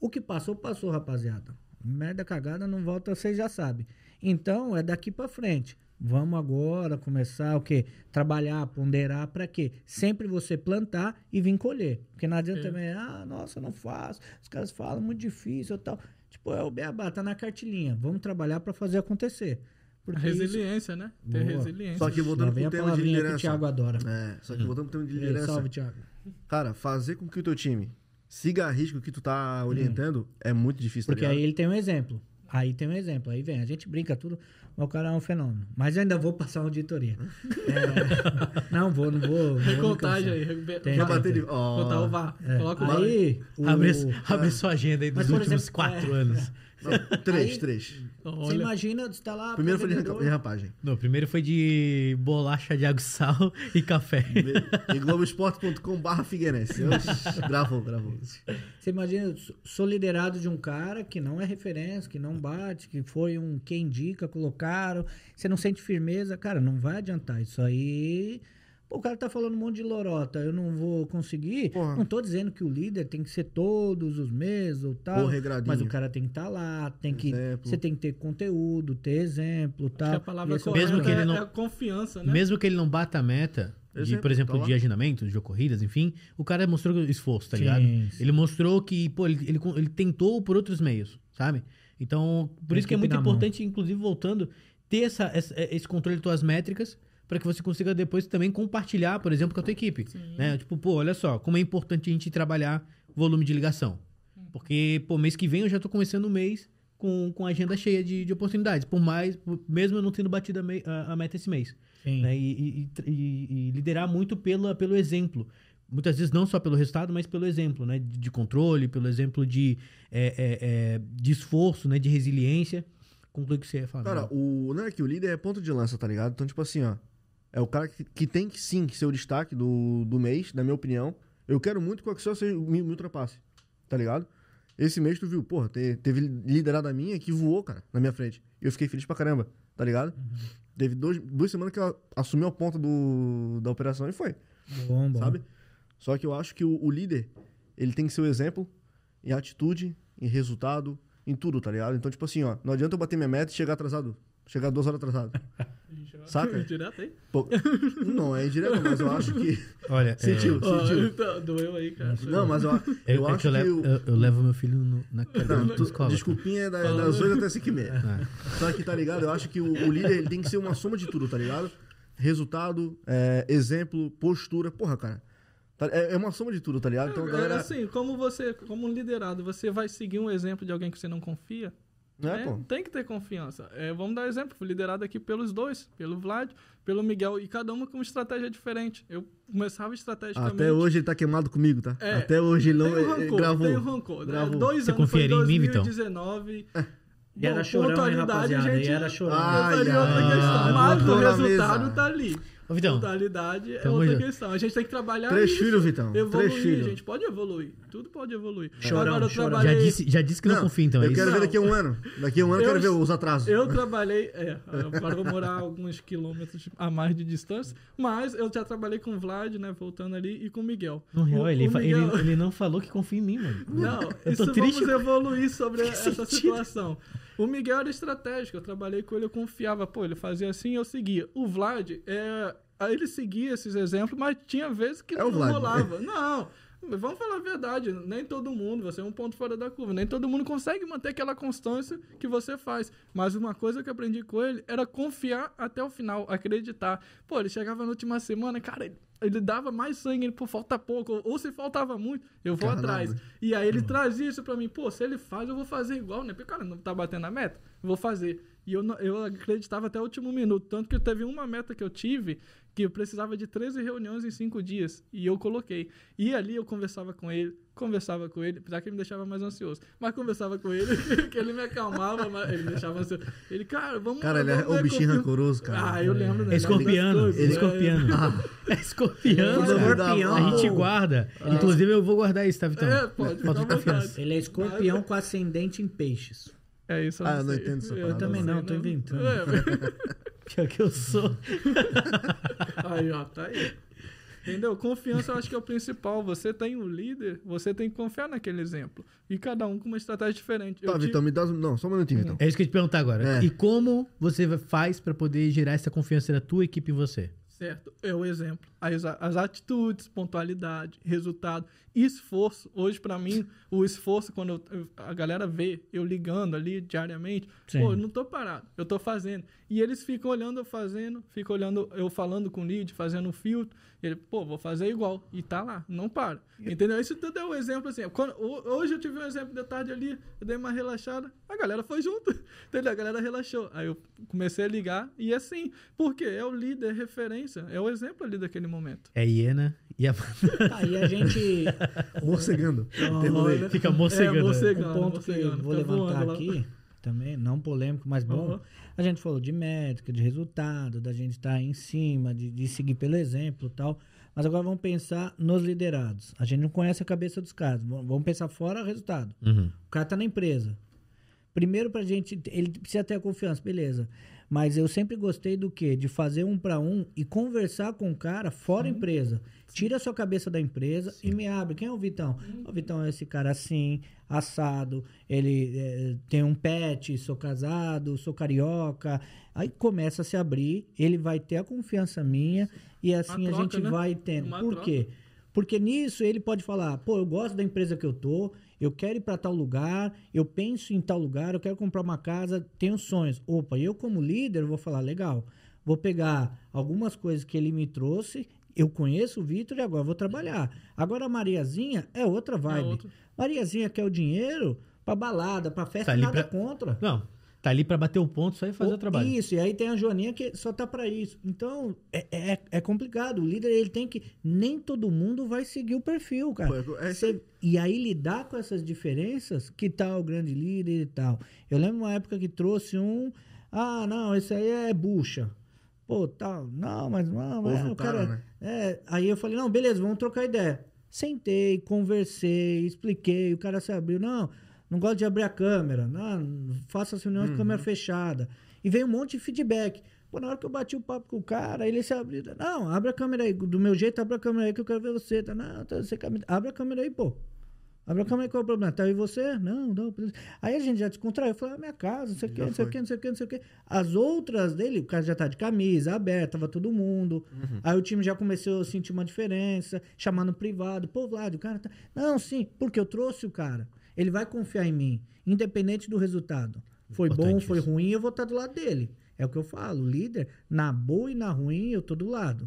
O que passou, passou, rapaziada. Merda cagada não volta, vocês já sabem. Então, é daqui pra frente. Vamos agora começar o quê? Trabalhar, ponderar pra quê? Sempre você plantar e vir colher. Porque não adianta
É.
também, ah, nossa, eu não faço. Os caras falam muito difícil e tal. Tipo, é o beabá, tá na cartilinha. Vamos trabalhar pra fazer acontecer.
A
Porque isso...
Resiliência, né? Ter
Boa.
resiliência.
Só que
Lá
voltando
vem
pro
a
tema de
palavrinha que o
liderança.
Thiago adora.
É,
Hum.
só que voltando pro tema de
Ei,
liderança.
salve, Thiago.
Cara, fazer com que o teu time siga a risco que tu tá orientando é muito difícil. tá
Porque
ligado?
aí ele tem um exemplo. Aí tem um exemplo. Aí vem, a gente brinca tudo, mas o cara é um fenômeno. Mas eu ainda vou passar uma auditoria. É, não vou, não vou. vou me
Recontagem aí.
cansar.
re-
Tem,
Vai
vai-
bater de.
Contar o
Ó.
VAR.
É,
Coloca o VAR. aí.
aí,
<laughs>
o-
Abre, abre sua agenda aí dos
Mas, por
últimos
exemplo,
quatro anos.
Não, Três,
Aí-
três.
você
Olha,
imagina, você tá lá...
Primeiro foi de
vendedor,
arranca- de rapagem.
<laughs> Não, primeiro foi de bolacha de aguçal <laughs> e café.
E
<laughs>
Globoesporte.com.br Figueirense. Oxi, Gravou, gravou.
Você imagina, sou- sou liderado de um cara que não é referência, que não bate, que foi um quem indica, colocaram, você não sente firmeza, cara, não vai adiantar isso aí. Pô, o cara tá falando um monte de lorota, eu não vou conseguir.
Porra.
Não tô dizendo que o líder tem que ser todos os meses ou tal.
Porra, regradinho.
mas o cara tem que estar lá, tem que.
Exemplo.
Você tem que ter conteúdo, ter exemplo,
acho
tal.
que a palavra
Esse é o-
correta
Mesmo que ele
é-
não-
é a confiança, né?
Mesmo que ele não bata a meta, de,
Exemplo,
por
tá
exemplo,
lá.
de agendamento, de corridas, enfim, o cara mostrou esforço, tá
Sim,
ligado?
sim.
Ele mostrou que, pô, ele, ele, ele tentou por outros meios, sabe? Então, por
Tem
isso que é
equipe
muito
na mão.
importante, inclusive voltando, ter essa, essa- é, esse controle de tuas métricas para que você consiga depois também compartilhar, por exemplo, com a tua equipe. Né? Tipo, pô, olha só, como é importante a gente trabalhar volume de ligação.
Uhum.
Porque, pô, mês que vem eu já tô começando o mês com, com a agenda cheia de, de oportunidades. Por mais, por- mesmo eu não tendo batido a, mei- a- a meta esse mês
Sim.
né? E, e- e tr- e- e liderar muito pela, pelo exemplo. Muitas vezes não só pelo resultado, mas pelo exemplo, né? De, de controle, pelo exemplo de, é, é, é, de esforço, né? De resiliência. Conclui o que você ia falar.
Cara, o. Não é que o líder é ponto de lança, tá ligado? Então, tipo assim, ó. É o cara que, que tem que sim que ser o destaque do, do mês, na minha opinião. Eu quero muito que o Axel seja- me, me ultrapasse, tá ligado? Esse mês tu viu, porra, te- teve liderada minha que voou, cara, na minha frente. E eu fiquei feliz pra caramba, tá ligado? Teve dois, duas semanas que ela assumiu a ponta do, da operação e foi
Bom, bom.
sabe? Só que eu acho que o, o líder, ele tem que ser o exemplo em atitude, em resultado, em tudo, tá ligado? Então, tipo assim, ó, não adianta eu bater minha meta e chegar atrasado. Chegar duas horas atrasado. Saca?
Direto aí.
Pô, não, é indireto, mas eu acho que.
Olha,
Sentiu,
Ó,
sentiu.
então, doeu aí, cara.
Não, mas eu,
é,
eu
é
acho
que eu,
que.
levo,
o-
eu, eu levo meu filho no- na cadeira
Não,
da
tu-
escola.
desculpinha é da- das 8 até 5 e meia.
É.
Só que, tá ligado? Eu acho que o, o líder ele tem que ser uma soma de tudo, tá ligado? Resultado, é, exemplo, postura. Porra, cara. Tá- é, é uma soma de tudo, tá ligado? Então, a
É,
galera.
assim, como você, como um liderado, você vai seguir um exemplo de alguém que você não confia?
Né,
né?
pô?
Tem que ter confiança. É, vamos dar exemplo. Fui liderado aqui pelos dois, pelo Vlad, pelo Miguel, e cada uma com uma estratégia diferente. Eu começava estrategicamente.
Até hoje ele tá queimado comigo, tá?
É.
Até hoje ele não
Tenho
ele
rancor,
gravou. É.
tenho rancor.
Gravou.
Dois
Você
anos, foi
confiaria em mim, Vitão?
2019.
E era
Bom,
chorão, hein,
pontualidade,
rapaziada?
gente-
E era chorão.
Ah, Ai,
Essa é outra
ai,
questão.
ai,
Mas o
botou na
resultado
mesa.
tá ali.
Ô, Vitão,
Então,
Totalidade é
tamo
outra
junto.
questão. A gente tem que trabalhar
Três
isso.
filhos, Vitão. Três
Evoluir,
filhos.
gente. Pode evoluir. Tudo pode evoluir.
Chorão,
Agora eu
chorão.
já
trabalhei...
disse, já disse que não, confia, então.
Eu
é
quero
isso?
ver daqui a um ano. Daqui a um ano eu
Eu-
quero ver os atrasos.
Eu trabalhei... É, agora eu vou morar alguns quilômetros a mais de distância. Mas eu já trabalhei com o Vlad, né? Voltando ali. E com o Miguel.
No real,
O-
ele,
o
fa- ele,
Miguel-
ele não falou que confia em mim, mano.
Não,
Eu tô
isso
triste.
vamos evoluir sobre essa
sentido.
situação. O Miguel era estratégico, eu trabalhei com ele, eu confiava, pô, ele fazia assim, eu seguia. O Vlad, é, aí ele seguia esses exemplos, mas tinha vezes que
É
não
o Vlad.
rolava. Não, vamos falar a verdade, nem todo mundo, você é um ponto fora da curva, nem todo mundo consegue manter aquela constância que você faz. Mas uma coisa que eu aprendi com ele era confiar até o final, acreditar. Pô, ele chegava na última semana, cara, ele, ele dava mais sangue, ele, pô, falta pouco, ou, ou se faltava muito, eu vou
Caramba.
atrás. E aí
Uhum.
ele trazia isso pra mim, pô, se ele faz, eu vou fazer igual, né? Porque, cara, não tá batendo a meta, eu vou fazer. E eu, não- eu acreditava até o último minuto, tanto que teve uma meta que eu tive, que eu precisava de 13 reuniões em 5 dias, e eu coloquei. E ali eu conversava com ele, conversava com ele, apesar que ele me deixava mais ansioso, mas conversava com ele, <laughs> que ele me acalmava, mas ele me deixava ansioso. Ele, cara, vamos...
Cara, ele é
vamos
o
ver,
bichinho
confio-
rancoroso, cara.
Ah, eu
é
lembro. né?
É Escorpiano,
Das coisas,
escorpiano. É escorpiano,
Tudo
cara.
bem, dá
Escorpião.
A
mal.
gente guarda. Inclusive, eu vou guardar isso, tá, Vitão?
É, pode, fica à
Ah.
vontade.
Ele é escorpião com ascendente em peixes.
É isso.
Ah, eu não
sei.
entendo essa parada,
também
sei,
não, tô inventando.
É, mas-
Pior que eu sou.
aí, ó, tá aí. Entendeu? Confiança eu acho que é o principal. Você tem um líder, você tem que confiar naquele exemplo. E cada um com uma estratégia diferente. Eu
Tá,
tive-
Vitão, me dá. os- Não, só um minutinho,
<laughs>
Vitão.
É isso que eu ia te perguntar agora.
É.
E como você va- faz pra poder gerar essa confiança da tua equipe em você?
Certo, é o exemplo. As, as atitudes, pontualidade, resultado, esforço. Hoje, pra mim, o esforço, quando eu- eu- a galera vê eu ligando ali diariamente,
Sim.
pô, eu não tô parado, eu tô fazendo. E eles ficam olhando eu fazendo, ficam olhando eu falando com o lead, fazendo o filtro. E ele, pô, vou fazer igual. E tá lá, não para. Entendeu? Isso tudo é um exemplo assim. Quando- ho- hoje eu tive um exemplo de tarde ali, eu dei uma relaxada, a galera foi junto. <laughs> Entendeu? A galera relaxou. Aí eu comecei a ligar e assim. Porque é o líder, é referência, é o exemplo ali daquele momento.
É a hiena e a.
Aí a
<laughs>
gente. um
Morcegando. Terminei.
Olha,
Fica mocegando. né?
É, mocegando.
um ponto que eu
Morcegando,
vou
fica tá voando
levantar
lá.
aqui, também, não polêmico, mas bom.
Aham.
A gente falou de métrica, de resultado, da gente estar em cima, de, de seguir pelo exemplo e tal. Mas agora vamos pensar nos liderados. A gente não conhece a cabeça dos caras. Vamos vamos pensar fora o resultado.
Uhum.
O cara tá na empresa. Primeiro pra gente, ele precisa ter a confiança, beleza. Mas eu sempre gostei do quê? De fazer um pra um e conversar com o cara fora empresa. Tira a sua cabeça da empresa e me abre. Quem é o Vitão? O Vitão é esse cara assim, assado, ele eh, tem um pet, sou casado, sou carioca. Aí começa a se abrir, ele vai ter a confiança minha e assim a
troca,
gente
né?
vai tendo.
Uma
Por
troca.
quê? Porque nisso ele pode falar, pô, eu gosto da empresa que eu tô, eu quero ir para tal lugar, eu penso em tal lugar, eu quero comprar uma casa, tenho sonhos. Opa, eu como líder vou falar, legal, vou pegar algumas coisas que ele me trouxe, eu conheço o Vitor e agora vou trabalhar. Agora a Mariazinha é outra vibe.
outra.
Mariazinha quer o dinheiro pra balada, pra festa,
Tá ali pra-
nada contra.
Não, tá ali pra bater o ponto só e fazer o trabalho.
Isso, e aí tem a Joaninha que só tá pra isso. Então, é, é, é complicado. O líder, ele tem que... Nem todo mundo vai seguir o perfil, cara.
Pô, é-
Você- e aí lidar com essas diferenças, que tal o grande líder e tal. Eu lembro uma época que trouxe um... Ah, não, esse aí é bucha. Pô, tal. Não, mas... Não, mas
Ouve o cara, né?
é, aí eu falei, não, beleza, vamos trocar ideia. Sentei, conversei, expliquei, o cara se abriu. Não, não gosto de abrir a câmera. Não, faça as reuniões
Uhum.
com câmera fechada. E veio um monte de feedback. Pô, na hora que eu bati o papo com o cara, ele se abriu. Não, abre a câmera aí. Do meu jeito, abre a câmera aí que eu quero ver você. Tá, não, tá, você quer me- Abre a câmera aí, pô. Abre a câmera aí, qual é o problema? Tá aí você? Não, não. Aí a gente já descontraiu. Eu falei, ah, minha casa, não sei o quê,
Já
não sei o
foi.
quê não sei o que, não sei o que. As outras dele, o cara já tá de camisa, aberta, tava todo mundo. Aí o time já começou a sentir uma diferença, chamar no privado. Pô, Vlad, o cara tá. Não, sim, porque eu trouxe o cara. Ele vai confiar em mim, independente do resultado. Foi bom,
Importante
foi
isso.
ruim, eu vou estar do lado dele. É o que eu falo, o líder, na boa e na ruim, eu tô do lado.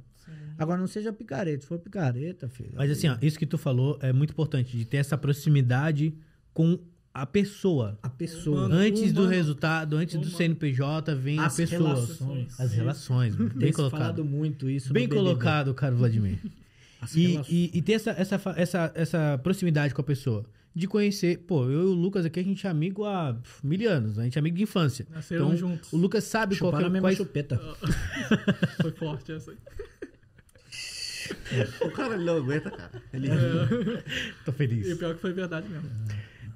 Agora não seja picareta, se for picareta, filho.
Mas
aí-
assim, ó, isso que tu falou é muito importante, de ter essa proximidade com a pessoa.
a pessoa.
Mano,
Antes do
humano.
resultado, antes do
Humano.
CNPJ, vem
As
a pessoa.
relações.
As relações.
Tem
Bem
se falado
colocado.
muito isso. no
Bem
BBB.
colocado, caro Vladimir.
é
E, e, e ter essa, essa, fa- essa, essa proximidade com a pessoa. De conhecer, pô, eu e o Lucas aqui, a gente é amigo há pff, mil anos, a gente é amigo de infância. Então,
Nasceram juntos.
O Lucas sabe qual que
Chuparam a
é
mesma
quais-
chupeta.
<laughs> Foi forte essa aí.
O cara ele não aguenta, cara. Ele
É.
Tô feliz.
E pior é que foi verdade mesmo.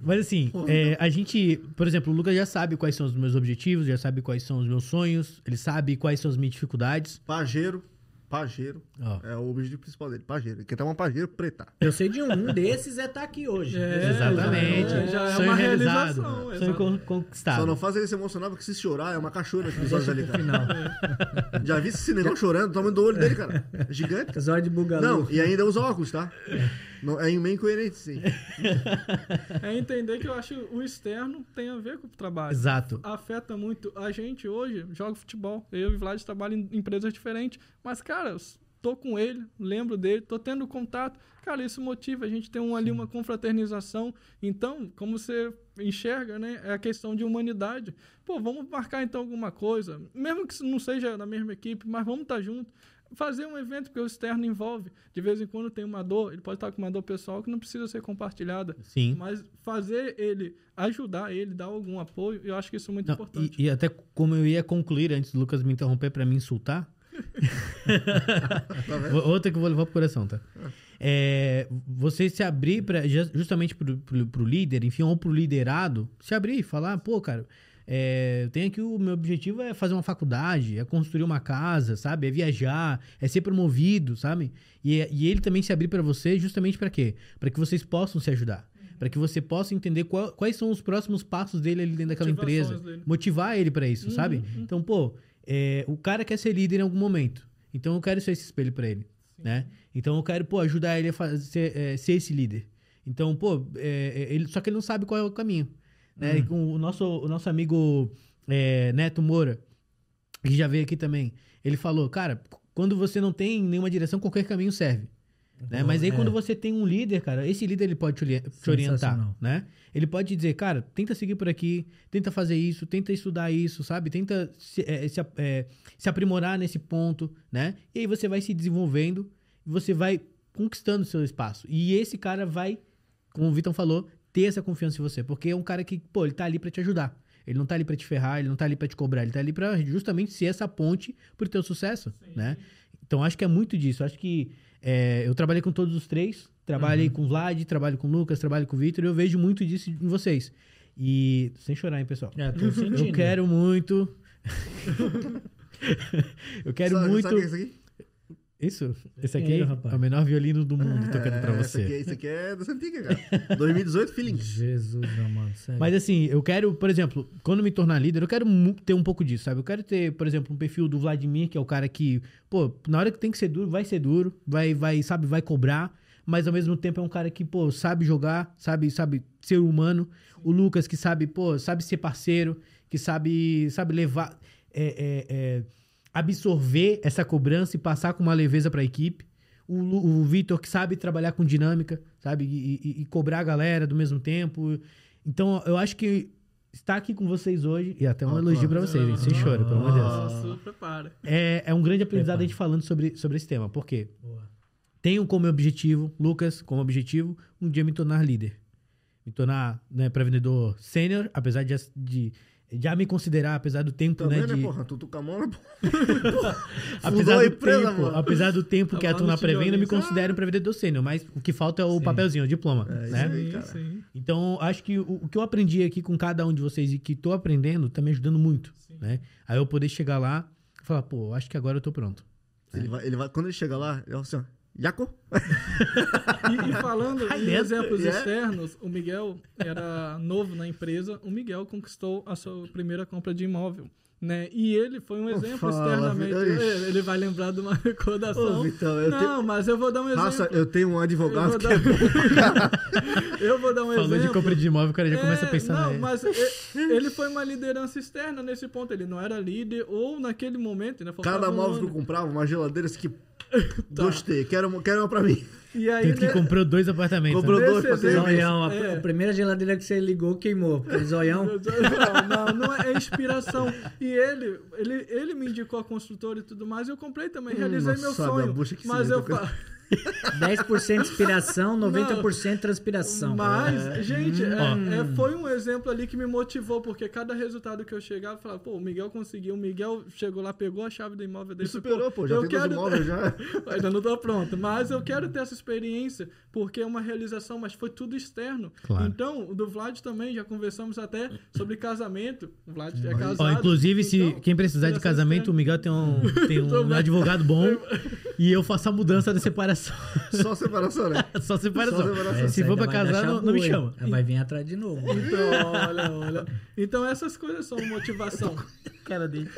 Mas assim, é,
então-
a gente, por exemplo, o Lucas já sabe quais são os meus objetivos, já sabe quais são os meus sonhos, ele sabe quais são as minhas dificuldades.
Pajeiro. Pajeiro.
Ó.
É o objetivo principal dele. Pajeiro. Ele quer ter uma pajeiro preta.
Eu sei de um, um desses é estar aqui hoje.
É,
Exatamente.
já é- já é
sonho
uma
realizado.
realização,
Sonho
exato.
con- conquistado.
Só não faz ele se emocionar, porque se chorar é uma
<laughs>
cachoeira que olhos ali, cara. Já vi esse negão chorando, tamanho do olho dele, cara. É Gigante.
Apesar de bugalu.
Não, e ainda usa óculos, tá? Não, é meio incoerente, sim.
É entender que eu acho o externo tem a ver com o trabalho.
Exato.
Afeta muito. A gente hoje joga futebol. Eu e o Vlad trabalham em empresas diferentes. Mas, cara, eu s- tô com ele, lembro dele, tô tendo contato. Cara, isso motiva. A gente tem um, ali uma confraternização. Então, como você enxerga, né? É a questão de humanidade. Pô, vamos marcar então alguma coisa. Mesmo que isso não seja da mesma equipe, mas vamos estar junto. Fazer um evento, porque o externo envolve. De vez em quando tem uma dor, ele pode estar com uma dor pessoal que não precisa ser compartilhada.
Sim.
Mas fazer ele, ajudar ele, dar algum apoio, eu acho que isso é muito
Não,
importante.
e, e até como eu ia concluir antes do Lucas me interromper pra me
<laughs>
insultar.
Tá
O- Outra que eu vou levar pro coração, tá? É, você se abrir pra, ju- justamente pro, pro, pro líder, enfim, ou pro liderado, se abrir e falar, pô, cara, é, eu tenho aqui o meu objetivo é fazer uma faculdade, é construir uma casa, sabe? É viajar, é ser promovido, sabe? E, é- e ele também se abrir pra você justamente pra quê? Pra que vocês possam se ajudar. Pra que você possa entender qual- quais são os próximos passos dele ali dentro daquela
Motivações
empresa
dele.
motivar ele pra isso, sabe? Então, pô, é, o cara quer ser líder em algum momento. Então eu quero ser esse espelho pra ele, né? Então eu quero, pô, ajudar ele a fazer, ser, é, ser esse líder. Então, pô, é, é, ele, só que ele não sabe qual é o caminho, né? E com O, nosso, o nosso amigo é, Neto Moura, que já veio aqui também, ele falou, cara, c- quando você não tem nenhuma direção, qualquer caminho serve. Né? Mas aí
É.
quando você tem um líder, cara, esse líder ele pode te olhe- te orientar,
Sensacional.
né? Ele pode te dizer, cara, tenta seguir por aqui, tenta fazer isso, tenta estudar isso, sabe? Tenta se, eh, se ap- eh, se aprimorar nesse ponto, né? E aí você vai se desenvolvendo, você vai conquistando seu espaço. E esse cara vai, como o Vitão falou, ter essa confiança em você, porque é um cara que, pô, ele tá ali pra te ajudar. Ele não tá ali pra te ferrar, ele não tá ali pra te cobrar, ele tá ali pra justamente ser essa ponte pro teu sucesso, né? Então acho que é muito disso. Acho que é, eu trabalhei com todos os três, trabalhei
Uhum.
com o Vlad, trabalho com o Lucas, trabalho com o Vitor, e eu vejo muito disso em vocês. E sem chorar, hein, pessoal.
É, tô sentindo.
Eu quero
<laughs>
muito. eu quero
Sabe-
muito.
Sabe o que é isso aqui?
Isso, esse aqui
Dinheiro,
é,
rapaz.
o menor violino do mundo tocando pra
É, Isso aqui,
você.
é- isso aqui é das antigas, cara. 2018, feelings.
Jesus amado, sério.
Mas assim, eu quero, por exemplo, quando me tornar líder, eu quero mu- ter um pouco disso, sabe? Eu quero ter, por exemplo, um perfil do Vladimir, que é o cara que, pô, na hora que tem que ser duro, vai ser duro, vai, vai, sabe, vai cobrar, mas ao mesmo tempo é um cara que, pô, sabe jogar, sabe, sabe ser humano. O Lucas que sabe, pô, sabe ser parceiro, que sabe, sabe levar, é, é, é, absorver essa cobrança e passar com uma leveza pra equipe. O, Lu- o Vitor que sabe trabalhar com dinâmica, sabe? E, e- e cobrar a galera do mesmo tempo. Então, eu acho que estar aqui com vocês hoje, e até um
Ah,
elogio pra
claro.
vocês, gente, sem choro, pelo amor de Deus.
Nossa, Ah, prepara.
É, é um grande aprendizado a gente falando sobre, sobre esse tema, porque
Boa.
tenho como objetivo, Lucas, como objetivo, um dia me tornar líder. Me tornar né, pré-vendedor sênior, apesar de, de já me considerar, apesar do tempo,
Também,
né?
né,
de-
porra? Tu, tu com a mão, né, porra?
apesar, do
a empresa,
tempo,
mano.
apesar do tempo que
Tá
atuo
lá
na
no
pré-venda, me
tijolinho.
considero um pré-vendedor sênior, mas o que falta é o papelzinho, o diploma,
É,
né?
isso aí,
Sim,
cara.
sim.
Então, acho que o, o que eu aprendi aqui com cada um de vocês e que tô aprendendo tá me ajudando muito, né? Aí eu poder chegar lá e falar, pô, acho que agora eu tô pronto.
Ele vai, ele vai, quando ele chega lá, ele fala assim, ó. Jaco?
E, e
<laughs>
falando em
dentro,
exemplos
yeah.
externos, o Miguel era novo na empresa, o Miguel conquistou a sua primeira compra de imóvel. Né? E ele foi um exemplo
fala,
externamente.
Vitor.
Ele ele vai lembrar de uma <laughs> recordação.
Ô, Vitão, eu
Não, mas eu vou dar um exemplo.
Raça, eu tenho um
Eu
advogado
vou
que
dar,
é
eu vou dar um <laughs>
Falou de
exemplo.
compra de imóvel, o cara já começa a
É,
pensar
não,
né?
mas e- ele foi uma liderança externa nesse ponto. Ele não era líder ou naquele momento, né? faltava
Cada
um
móvel que eu
ano.
comprava, uma geladeira,
<laughs>
assim que.
Tá.
Gostei, quero uma, quero uma pra mim.
E aí,
Tanto que
né, <laughs>
comprou dois apartamentos.
Comprou
né?
nesse
dois pra ter
exemplo-
uma.
Zoião, a,
É.
a primeira geladeira que você ligou queimou. Porque é zoião,
Não, não, não é inspiração. E ele, ele, ele me indicou a construtora e tudo mais, eu comprei também, realizei meu
Hum, nossa,
sonho.
minha bucha que
mas
se
eu
liga.
falo.
10% inspiração, 90% transpiração.
Mas, gente, é-
Hum. Ó.
é, foi um exemplo ali que me motivou, porque cada resultado que eu chegava, eu falava, pô, o Miguel conseguiu, o Miguel chegou lá, pegou a chave do imóvel dele.
Ele superou, pô, já
eu
tem dois
quero... <laughs>
imóveis já.
Ainda não tô pronto, mas eu quero ter essa experiência, porque é uma realização, mas foi tudo externo.
Claro.
Então, o do Vlad também, já conversamos até sobre casamento. O Vlad é casado.
Ó, inclusive, se
então,
quem precisar de
realização
casamento, o
externa.
Miguel tem um, tem um
Também.
advogado bom e eu faço a mudança da separação. <laughs>
Só a separação, né?
Só separação. É,
Só
É,
separação.
Se for pra casar, não, não me chama.
Ela É, vai vir atrás de novo.
Então, olha, olha. Então, essas coisas são
<laughs>
motivação.
cara dele.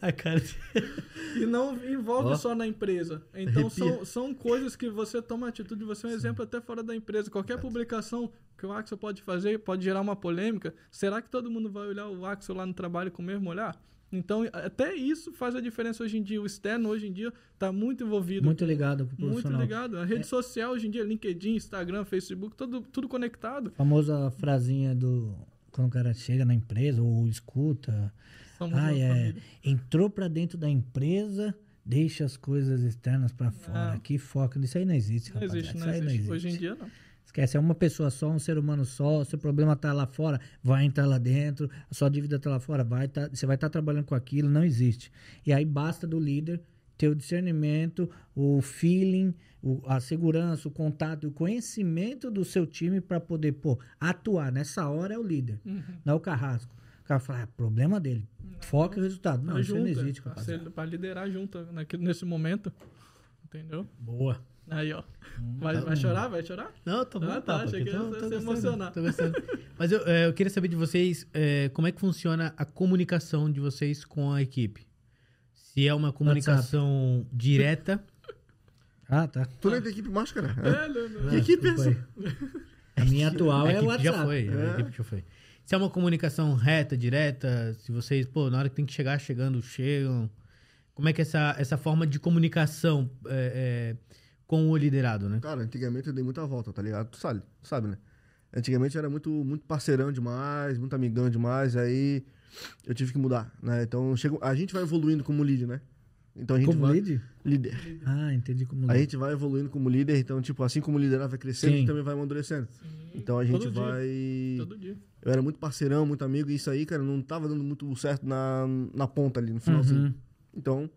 A cara dele.
E não envolve
Ó.
só na empresa. Então
Arrepia.
são, são coisas que você toma atitude, você é um exemplo até fora da empresa. Qualquer publicação que o Axel pode fazer pode gerar uma polêmica. Será que todo mundo vai olhar o Axel lá no trabalho com o mesmo olhar? Então, até isso faz a diferença hoje em dia. O externo hoje em dia está muito envolvido.
Muito É. ligado pro
Muito
profissional.
ligado. A rede social hoje em dia, LinkedIn, Instagram, Facebook, todo, tudo conectado.
Famosa frasinha do. Quando o cara chega na empresa ou escuta.
Somos
ah,
uma
é.
família.
Entrou pra dentro da empresa, deixa as coisas externas pra fora.
Ah.
Que foca. Isso aí não existe,
Não
rapaziada.
existe,
Isso
não
aí
existe. Hoje em dia, não.
Esquece, é uma pessoa só, um ser humano só, seu problema tá lá fora, vai entrar lá dentro, a sua dívida tá lá fora, vai tá, você vai estar trabalhando com aquilo, não existe. E aí basta do líder ter o discernimento, o feeling, o- a segurança, o contato, o conhecimento do seu time para poder, pô, atuar. Nessa hora é o líder, não é o carrasco. O cara fala, ah, problema dele, foca o resultado. Não,
Mas
é
isso aí não
junta,
existe,
pra
rapaziada.
ser- Pra liderar junto naquele- nesse momento. Entendeu?
Boa.
Aí, ó.
Hum, tá
Vai, vai chorar? Vai chorar?
Não, tô bom,
Ah, tá,
papo
achei
aqui,
que
tô-
ia
tô
se
gostando,
emocionar.
tô gostando. Mas eu, é, eu queria saber de vocês é, como é que funciona a comunicação de vocês com a equipe. Se é uma comunicação direta.
Ah, tá.
Tu nem tem equipe máscara.
É, não, não.
Que equipe é
Desculpa
essa?
aí. A minha
a
atual <laughs> é o
equipe
WhatsApp.
já foi, a
né?
É.
equipe já foi. Se é uma comunicação reta, direta, se vocês, pô, na hora que tem que chegar, chegando, chegam. Como é que é essa, essa forma de comunicação é, é, com o liderado, né?
Cara, antigamente eu dei muita volta, tá ligado? Tu sabe, sabe, né? Antigamente eu era muito, muito parceirão demais, muito amigão demais, aí eu tive que mudar, né? Então chega, a gente vai evoluindo como líder, né? Então a gente
Como
vai.
líder?
Líder.
Ah, entendi como
A
líder.
gente vai evoluindo como líder, então, tipo, assim como liderar vai crescendo, a
Sim.
gente também vai amadurecendo. Então a gente
Todo dia.
vai.
Todo dia.
Eu era muito parceirão, muito amigo, e isso aí, cara, não tava dando muito certo na, na ponta ali, no finalzinho.
Uhum.
Então,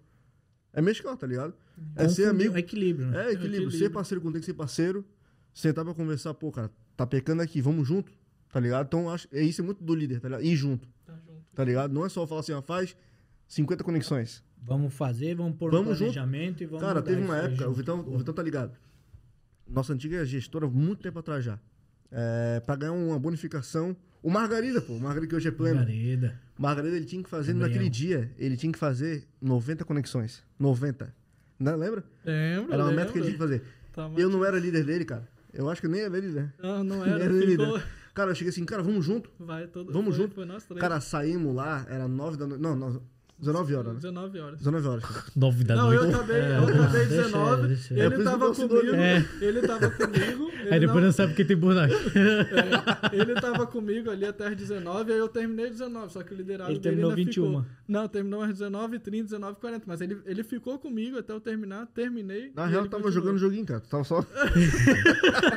é mesclar, tá ligado? É
Confundir-
ser amigo.
É equilíbrio, né?
É equilíbrio. Ser parceiro quando tem que ser parceiro. Sentar pra conversar, pô, cara, tá pecando aqui, vamos junto, tá ligado? Então, acho, é isso é muito do líder, tá ligado? Ir junto,
Tá junto.
tá ligado? Não é só falar assim, ó, faz 50 conexões.
Vamos fazer, vamos pôr
Vamos
no
junto.
planejamento e vamos
cara,
mudar
teve
isso
uma
aí
época, o
junto.
Vitão, o Vitão tá ligado. Nossa antiga é gestora, muito tempo atrás já. É, pra ganhar uma bonificação. O Margarida, pô, o Margarida que hoje é pleno.
Margarida.
Margarida, ele tinha que fazer
Gabriel.
naquele dia, ele tinha que fazer 90 conexões. 90. Não, lembra?
Lembro,
Era uma
lembro.
meta que ele tinha que fazer.
Tá, mas-
Eu não era líder dele, cara. Eu acho que eu nem era líder.
Não, não
Nem
era.
era
ficou...
líder. Cara, eu cheguei assim, cara, vamos junto.
Vai todo...
Vamos
foi-
junto.
Foi nós três.
Cara, saímos lá, era 9 da noite. Não, nove- 19 horas, né? Tá É,
19 horas.
19 horas. cara.
Novidade.
Não, eu acabei, eu acabei
deixa-
19,
deixa-
É por
ele,
isso que
tava
eu gosto né? do
comigo,
olho.
ele tava comigo,
Aí
ele
depois não sabe quem tem burnout.
É, ele tava comigo ali até as 19, aí eu terminei 19, só que o liderado
Ele
dele
terminou
ainda
21.
Ficou. Não, terminou às 19 30 19 40 mas ele, ele ficou comigo até eu terminar, terminei.
Na
e
real, eu
ele
tava
<laughs> continuou.
jogando joguinho, cara. Tu Tava só.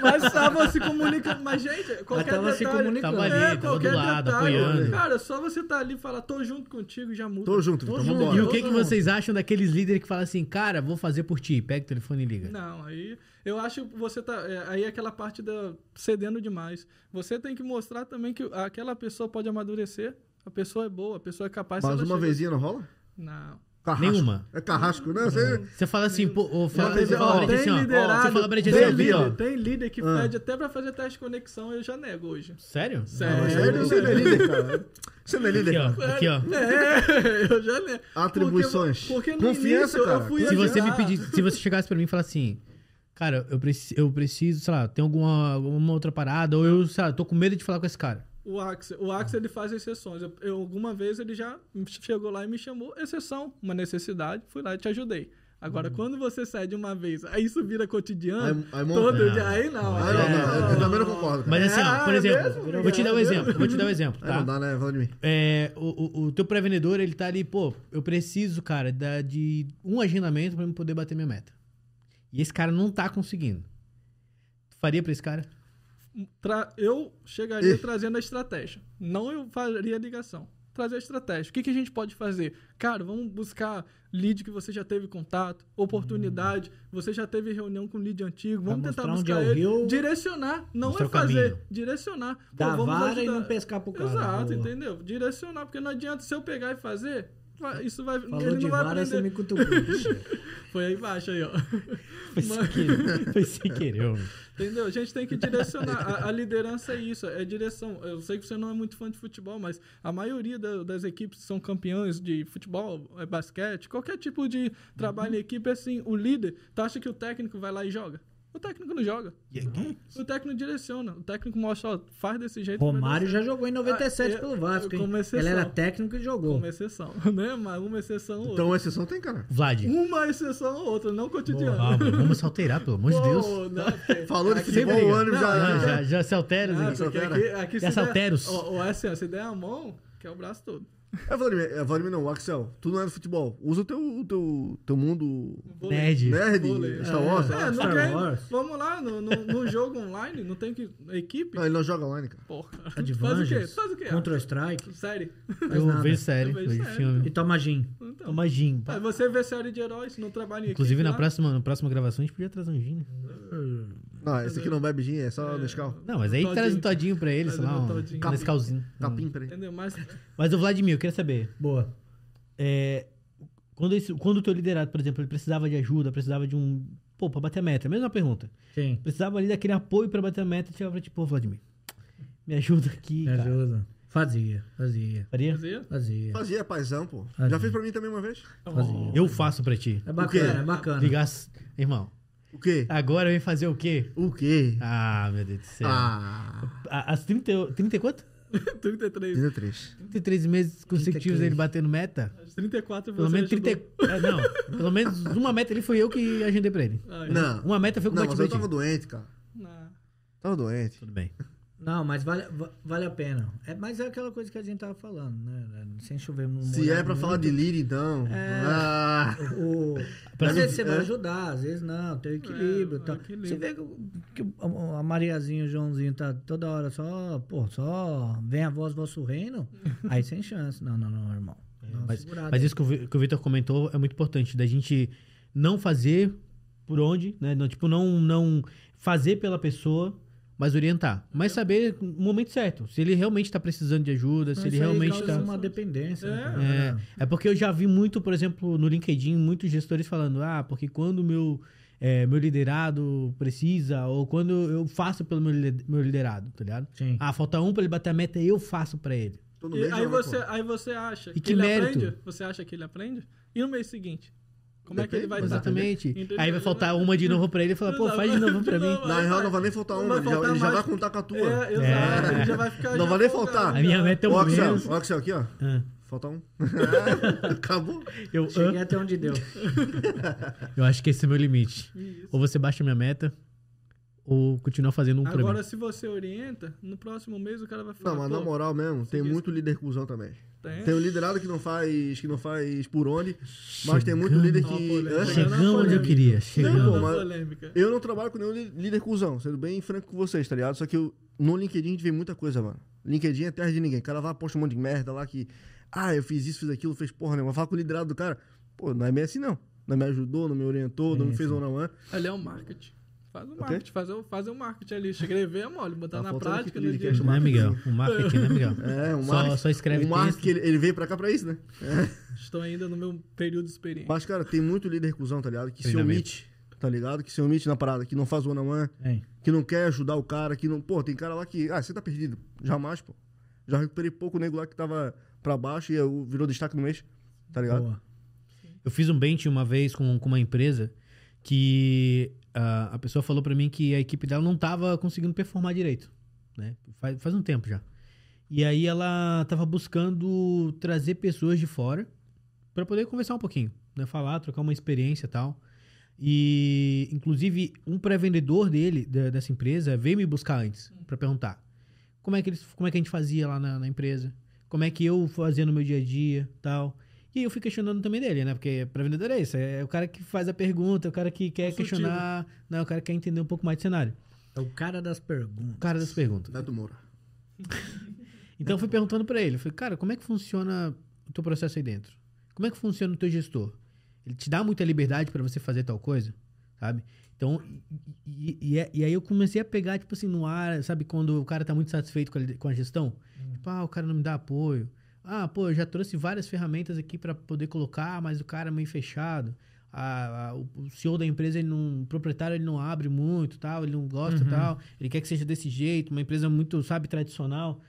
Mas tava se comunicando. Mas, gente, qualquer
tava se
detalhe...
comunicando.
Tava ali, tava do lado, apoiando.
Cara, só você tá ali e falar, tô junto contigo, já muda.
Tô junto, Vitão, vambora.
E o que, que
Todo
vocês acham daqueles líderes que falam assim, cara, vou fazer por ti, pega o telefone e liga?
Não, aí eu acho que você tá. é, aí é aquela parte da cedendo demais. Você tem que mostrar também que aquela pessoa pode amadurecer. A pessoa é boa, a pessoa é capaz. se
Mas
ela
uma
chega-
vezinha não rola?
Não.
Carrasco.
Nenhuma.
É carrasco, né? Você...
Você fala assim, pô, ou fala,
Mas,
você
ó,
fala pra
tem
gente assim, ó,
liderado,
você fala pra gente
tem,
assim, ó,
vi,
líder,
ó.
tem líder que
Ah.
pede até pra fazer teste de conexão, eu já nego hoje.
sério?
Sério?
Mas aí Você não é líder, cara. Você não é líder,
Aqui, ó,
cara.
aqui, ó.
É, <laughs> eu já nego.
Atribuições.
Porque, porque no
Confiança,
início
cara.
eu fui
Se você me
ajudar.
pedir, se você chegasse pra mim e falar assim, cara, eu, preci eu preciso, sei lá, tem alguma, alguma outra parada, ou eu, sei lá, tô com medo de falar com esse cara.
O Axel, o Axel ele faz exceções. Eu, eu- alguma vez ele já chegou lá e me chamou, exceção, uma necessidade, fui lá e te ajudei.
Uhum.
Agora, quando você sai de uma vez, aí isso vira cotidiano,
Aí- aí monta.
todo
Não.
dia, aí não.
Ah,
aí é
não,
não.
não, eu também não concordo. Cara.
Mas assim, ó, por
é
exemplo,
mesmo?
vou te dar um
É mesmo?
exemplo, vou te dar um exemplo,
É, não
tá?
dá, né, Vladimir?
É, o, o, o teu pré-vendedor, ele tá ali, pô, eu preciso, cara, da- de um agendamento pra eu poder bater minha meta. E esse cara não tá conseguindo. Tu faria pra esse cara?
Tra- eu chegaria
<laughs>
trazendo a estratégia. Não eu faria a ligação. Trazer a estratégia. O que, que a gente pode fazer? Cara, vamos buscar lead que você já teve contato, oportunidade, você já teve reunião com lead antigo,
Hum. Pra
vamos tentar
mostrar onde
buscar
é o
ele.
rio,
direcionar, não
mostrar
é
o caminho.
fazer. Direcionar. Pô,
Dar
vamos
vara e
ajudar.
não pescar pro cara.
Exato,
Boa.
entendeu? Direcionar, porque não adianta se eu pegar e fazer, vai- isso vai.
Falou
ele
de
não vai
vara, você me
aprender.
<laughs>
cutucou.
Foi aí embaixo aí, ó.
<laughs> Foi sem querer. <laughs> Foi sem querer, homem.
Entendeu? A gente tem que direcionar. A, a liderança é isso, é direção. Eu sei que você não é muito fã de futebol, mas a maioria da- das equipes que são campeãs de futebol, é basquete, qualquer tipo de trabalho em equipe, é assim, o líder, tu acha que o técnico vai lá e joga? O técnico não joga.
E aí,
O técnico direciona. O técnico mostra, ó, faz desse jeito. vai dar
Romário
certo.
já jogou em 97
Ah, eu-
pelo Vasco, hein?
como exceção.
Ele era técnico e jogou.
Uma exceção, <laughs> né? Mas uma exceção ou outra.
Então, exceção tem, cara.
Vlad.
Uma exceção ou outra, não cotidiano.
Porra, mano, vamos se alterar, pelo amor de Deus.
Pô, não, porque-
Falou de
Aqui-
futebol,
briga.
o ânimo
Não,
Ah,
já...
já, já se altera, assim.
Ah,
Zé.
porque
Altera.
aqui, aqui se
né? Essa
der-
Alteros.
Ó, ó, assim, ó, se der a mão, quer o braço todo.
<laughs> É, Vladimir, é, Vladimir não, Axel, tu não é do futebol. Usa o teu, o teu, teu mundo
Vou ler.
Nerd.
nerd,
Vôlei.
Star Wars.
É, no
Star
game,
Wars.
vamos lá, no, no, no jogo online, não tem que. a Equipe?
Não, ele não joga online, cara.
Porra.
Tá
<laughs> Faz o quê?
Advances,
Faz o quê?
Contra Strike
Série.
Eu
nada.
vejo série,
Eu
vejo,
vejo série.
e
filme.
toma gin.
Então,
Toma gin. pá.
aí você vê série de heróis, não trabalha em
Inclusive,
equipe,
na
lá.
próxima, na próxima gravação, a gente podia trazer um gin, né?
Não, esse aqui não bebe gin, é só Nescau.
Não, mas aí
Todinho.
traz um todinho pra ele, sei
Traz
lá,
um
um
todinho.
um Nescauzinho.
Capim, peraí.
<laughs>
Entendeu? Mas <laughs>
Mas o Vladimir, eu queria saber,
Boa.
é, quando, esse, quando o teu liderado, por exemplo, ele precisava de ajuda, precisava de um... Pô, pra bater a meta, mesma pergunta.
Sim.
Precisava ali daquele apoio pra bater a meta, chegava pra ti, pô, Vladimir, me ajuda aqui,
Me
cara.
ajuda. Fazia, fazia,
Faria?
fazer. <laughs>
fazia. É
Fazia paizão, pô.
Ah,
Já
sim.
fez pra mim também uma vez?
um
Fazia.
Eu faço pra ti.
É
O quê?
bacana, é bacana.
Ligar... as- Irmão,
O quê?
agora eu vim fazer o quê?
O quê?
Ah, meu Deus do
É.
céu.
Ah,
A- As 30, e- 30 e quanto?
33.
33.
33 meses consecutivos
33.
ele batendo meta?
As 34
Pelo
você
menos
ajudou.
30... É, não, pelo menos uma meta ali foi eu que agendei pra ele.
Aí,
Não.
Uma meta foi com o
Não, mas eu
Batman.
tava doente, cara.
na-
Tava doente.
Tudo bem.
Não, mas vale, va- vale a pena. É, mas é aquela coisa que a gente tava falando, né? Sem chover no
Se é pra
né?
falar de líder, então.
É.
Ah,
O...
Pra
Às vezes você
é.
vai ajudar, às vezes não, tem o equilíbrio
É,
e tal.
é o equilíbrio.
Você vê que, que a Mariazinha e o Joãozinho tá toda hora só, pô, só vem a voz vosso reino, aí sem chance. Não, não, não, irmão. Dá uma
Mas,
segurada.
mas isso que o Vi- que o Vitor comentou é muito importante, da gente não fazer por onde, né? Não, tipo, não, não fazer pela pessoa, mas orientar. Mas saber o momento certo, se ele realmente tá precisando de ajuda, se
Mas
ele
isso aí
realmente
causa
tá...
uma dependência. né,
É.
cara?
É, é porque eu já vi muito, por exemplo, no LinkedIn, muitos gestores falando, ah, porque quando o meu, eh, meu liderado precisa, ou quando eu faço pelo meu, lider- meu liderado, tá ligado?
Sim.
Ah, falta um pra ele bater a meta, eu faço pra ele.
tô no
E
meio
aí,
jogo,
você,
pô.
aí você acha
que
ele
mérito?
aprende? Você acha que ele aprende? E no mês seguinte? Como é que ele
Depende,
vai
mas
estar?
Exatamente.
Entendeu?
Aí vai faltar uma de novo pra ele e falar, pô, faz de novo
<laughs>
pra mim.
Na real, não vai nem faltar
Não
uma.
vai
Ele já,
faltar
ele já
mais.
vai contar com a tua.
É, então, exato. Ele já vai ficar.
Não
já
vai nem
folgado,
faltar.
A minha
já.
meta é
Ó,
o
Axel,
menos.
ó, Axel, aqui, ó.
É.
Ah,
Falta um. <laughs> Acabou.
eu,
Cheguei
ah,
até onde deu.
eu acho que esse é o meu limite.
Isso.
Ou você baixa minha meta, ou continua fazendo um pra mim.
Agora, se você orienta, no próximo mês o cara vai falar.
Não, mas na
"Pô, tá
moral mesmo, tem muito líder cuzão também.
tem-
Tem um o liderado que não faz, que não faz por onde, mas tem muito líder que.
Ó, polêmica.
Hã?
Chegamos onde eu queria.
tem
Chegamos.
Não,
uma
pô, mas-
polêmica.
Eu não trabalho com nenhum li- líder cuzão, sendo bem franco com vocês, tá ligado? Só que eu- no LinkedIn a gente vê muita coisa, mano. LinkedIn é terra de ninguém. O cara vai, posta um monte de merda lá que. Ah, eu fiz isso, fiz aquilo, fez porra nenhuma. Fala com o liderado do cara. Pô, não é bem assim não. Não me ajudou, não me orientou, não me fez ou não é.
Ali é o marketing. Faz o marketing, fazer o, fazer o marketing ali. Escrever é mole, botar
Tá
na
faltando
prática.
aquele
No dia...
podcast
Não é, Miguel? O marketing, né, Miguel?
É, o
Só-
Mark.
só escreve
O Mark,
texto.
ele, ele veio pra cá pra isso, né?
Estou ainda no meu período de experiência.
Mas, cara, tem muito líder cuzão, tá ligado? Que se
Treinamento.
omite, tá ligado? Que se omite na parada, que não faz o one-on-one,
Hein,
que não quer ajudar o cara, que não. Pô, tem cara lá que. Ah, você tá perdido. Jamais, pô. Já recuperei pouco nego lá que tava pra baixo e eu- virou destaque no mês, tá ligado?
boa.
Eu fiz um bench uma vez com, com uma empresa que ah, a pessoa falou pra mim que a equipe dela não tava conseguindo performar direito, né? Faz, faz um tempo já. E aí ela tava buscando trazer pessoas de fora pra poder conversar um pouquinho, né? Falar, trocar uma experiência e tal. E, inclusive, um pré-vendedor dele, da- dessa empresa, veio me buscar antes pra perguntar como é, que eles, como é que a gente fazia lá na, na empresa, como é que eu fazia no meu dia a dia tal. E E eu fui questionando também dele, né? Porque pra vendedor é isso. É o cara que faz a pergunta, é o cara que quer
Consultivo.
questionar, né? o cara que quer entender um pouco mais do cenário.
É o cara das perguntas.
O cara das perguntas.
Neto Moura.
Então eu fui perguntando pra ele, eu falei, cara, como é que funciona o teu processo aí dentro? Como é que funciona o teu gestor? Ele te dá muita liberdade pra você fazer tal coisa, sabe? Então, e, e- e é- e aí eu comecei a pegar, tipo assim, no ar, sabe? Quando o cara tá muito satisfeito com a, li- com a gestão. Tipo, ah, o cara não me dá apoio. Ah, pô, eu já trouxe várias ferramentas aqui pra poder colocar, mas o cara é meio fechado. Ah, ah, o, o CEO da empresa, ele não, o proprietário, ele não abre muito, tal, ele não gosta, tal. Ele quer que seja desse jeito, uma empresa muito, sabe, tradicional.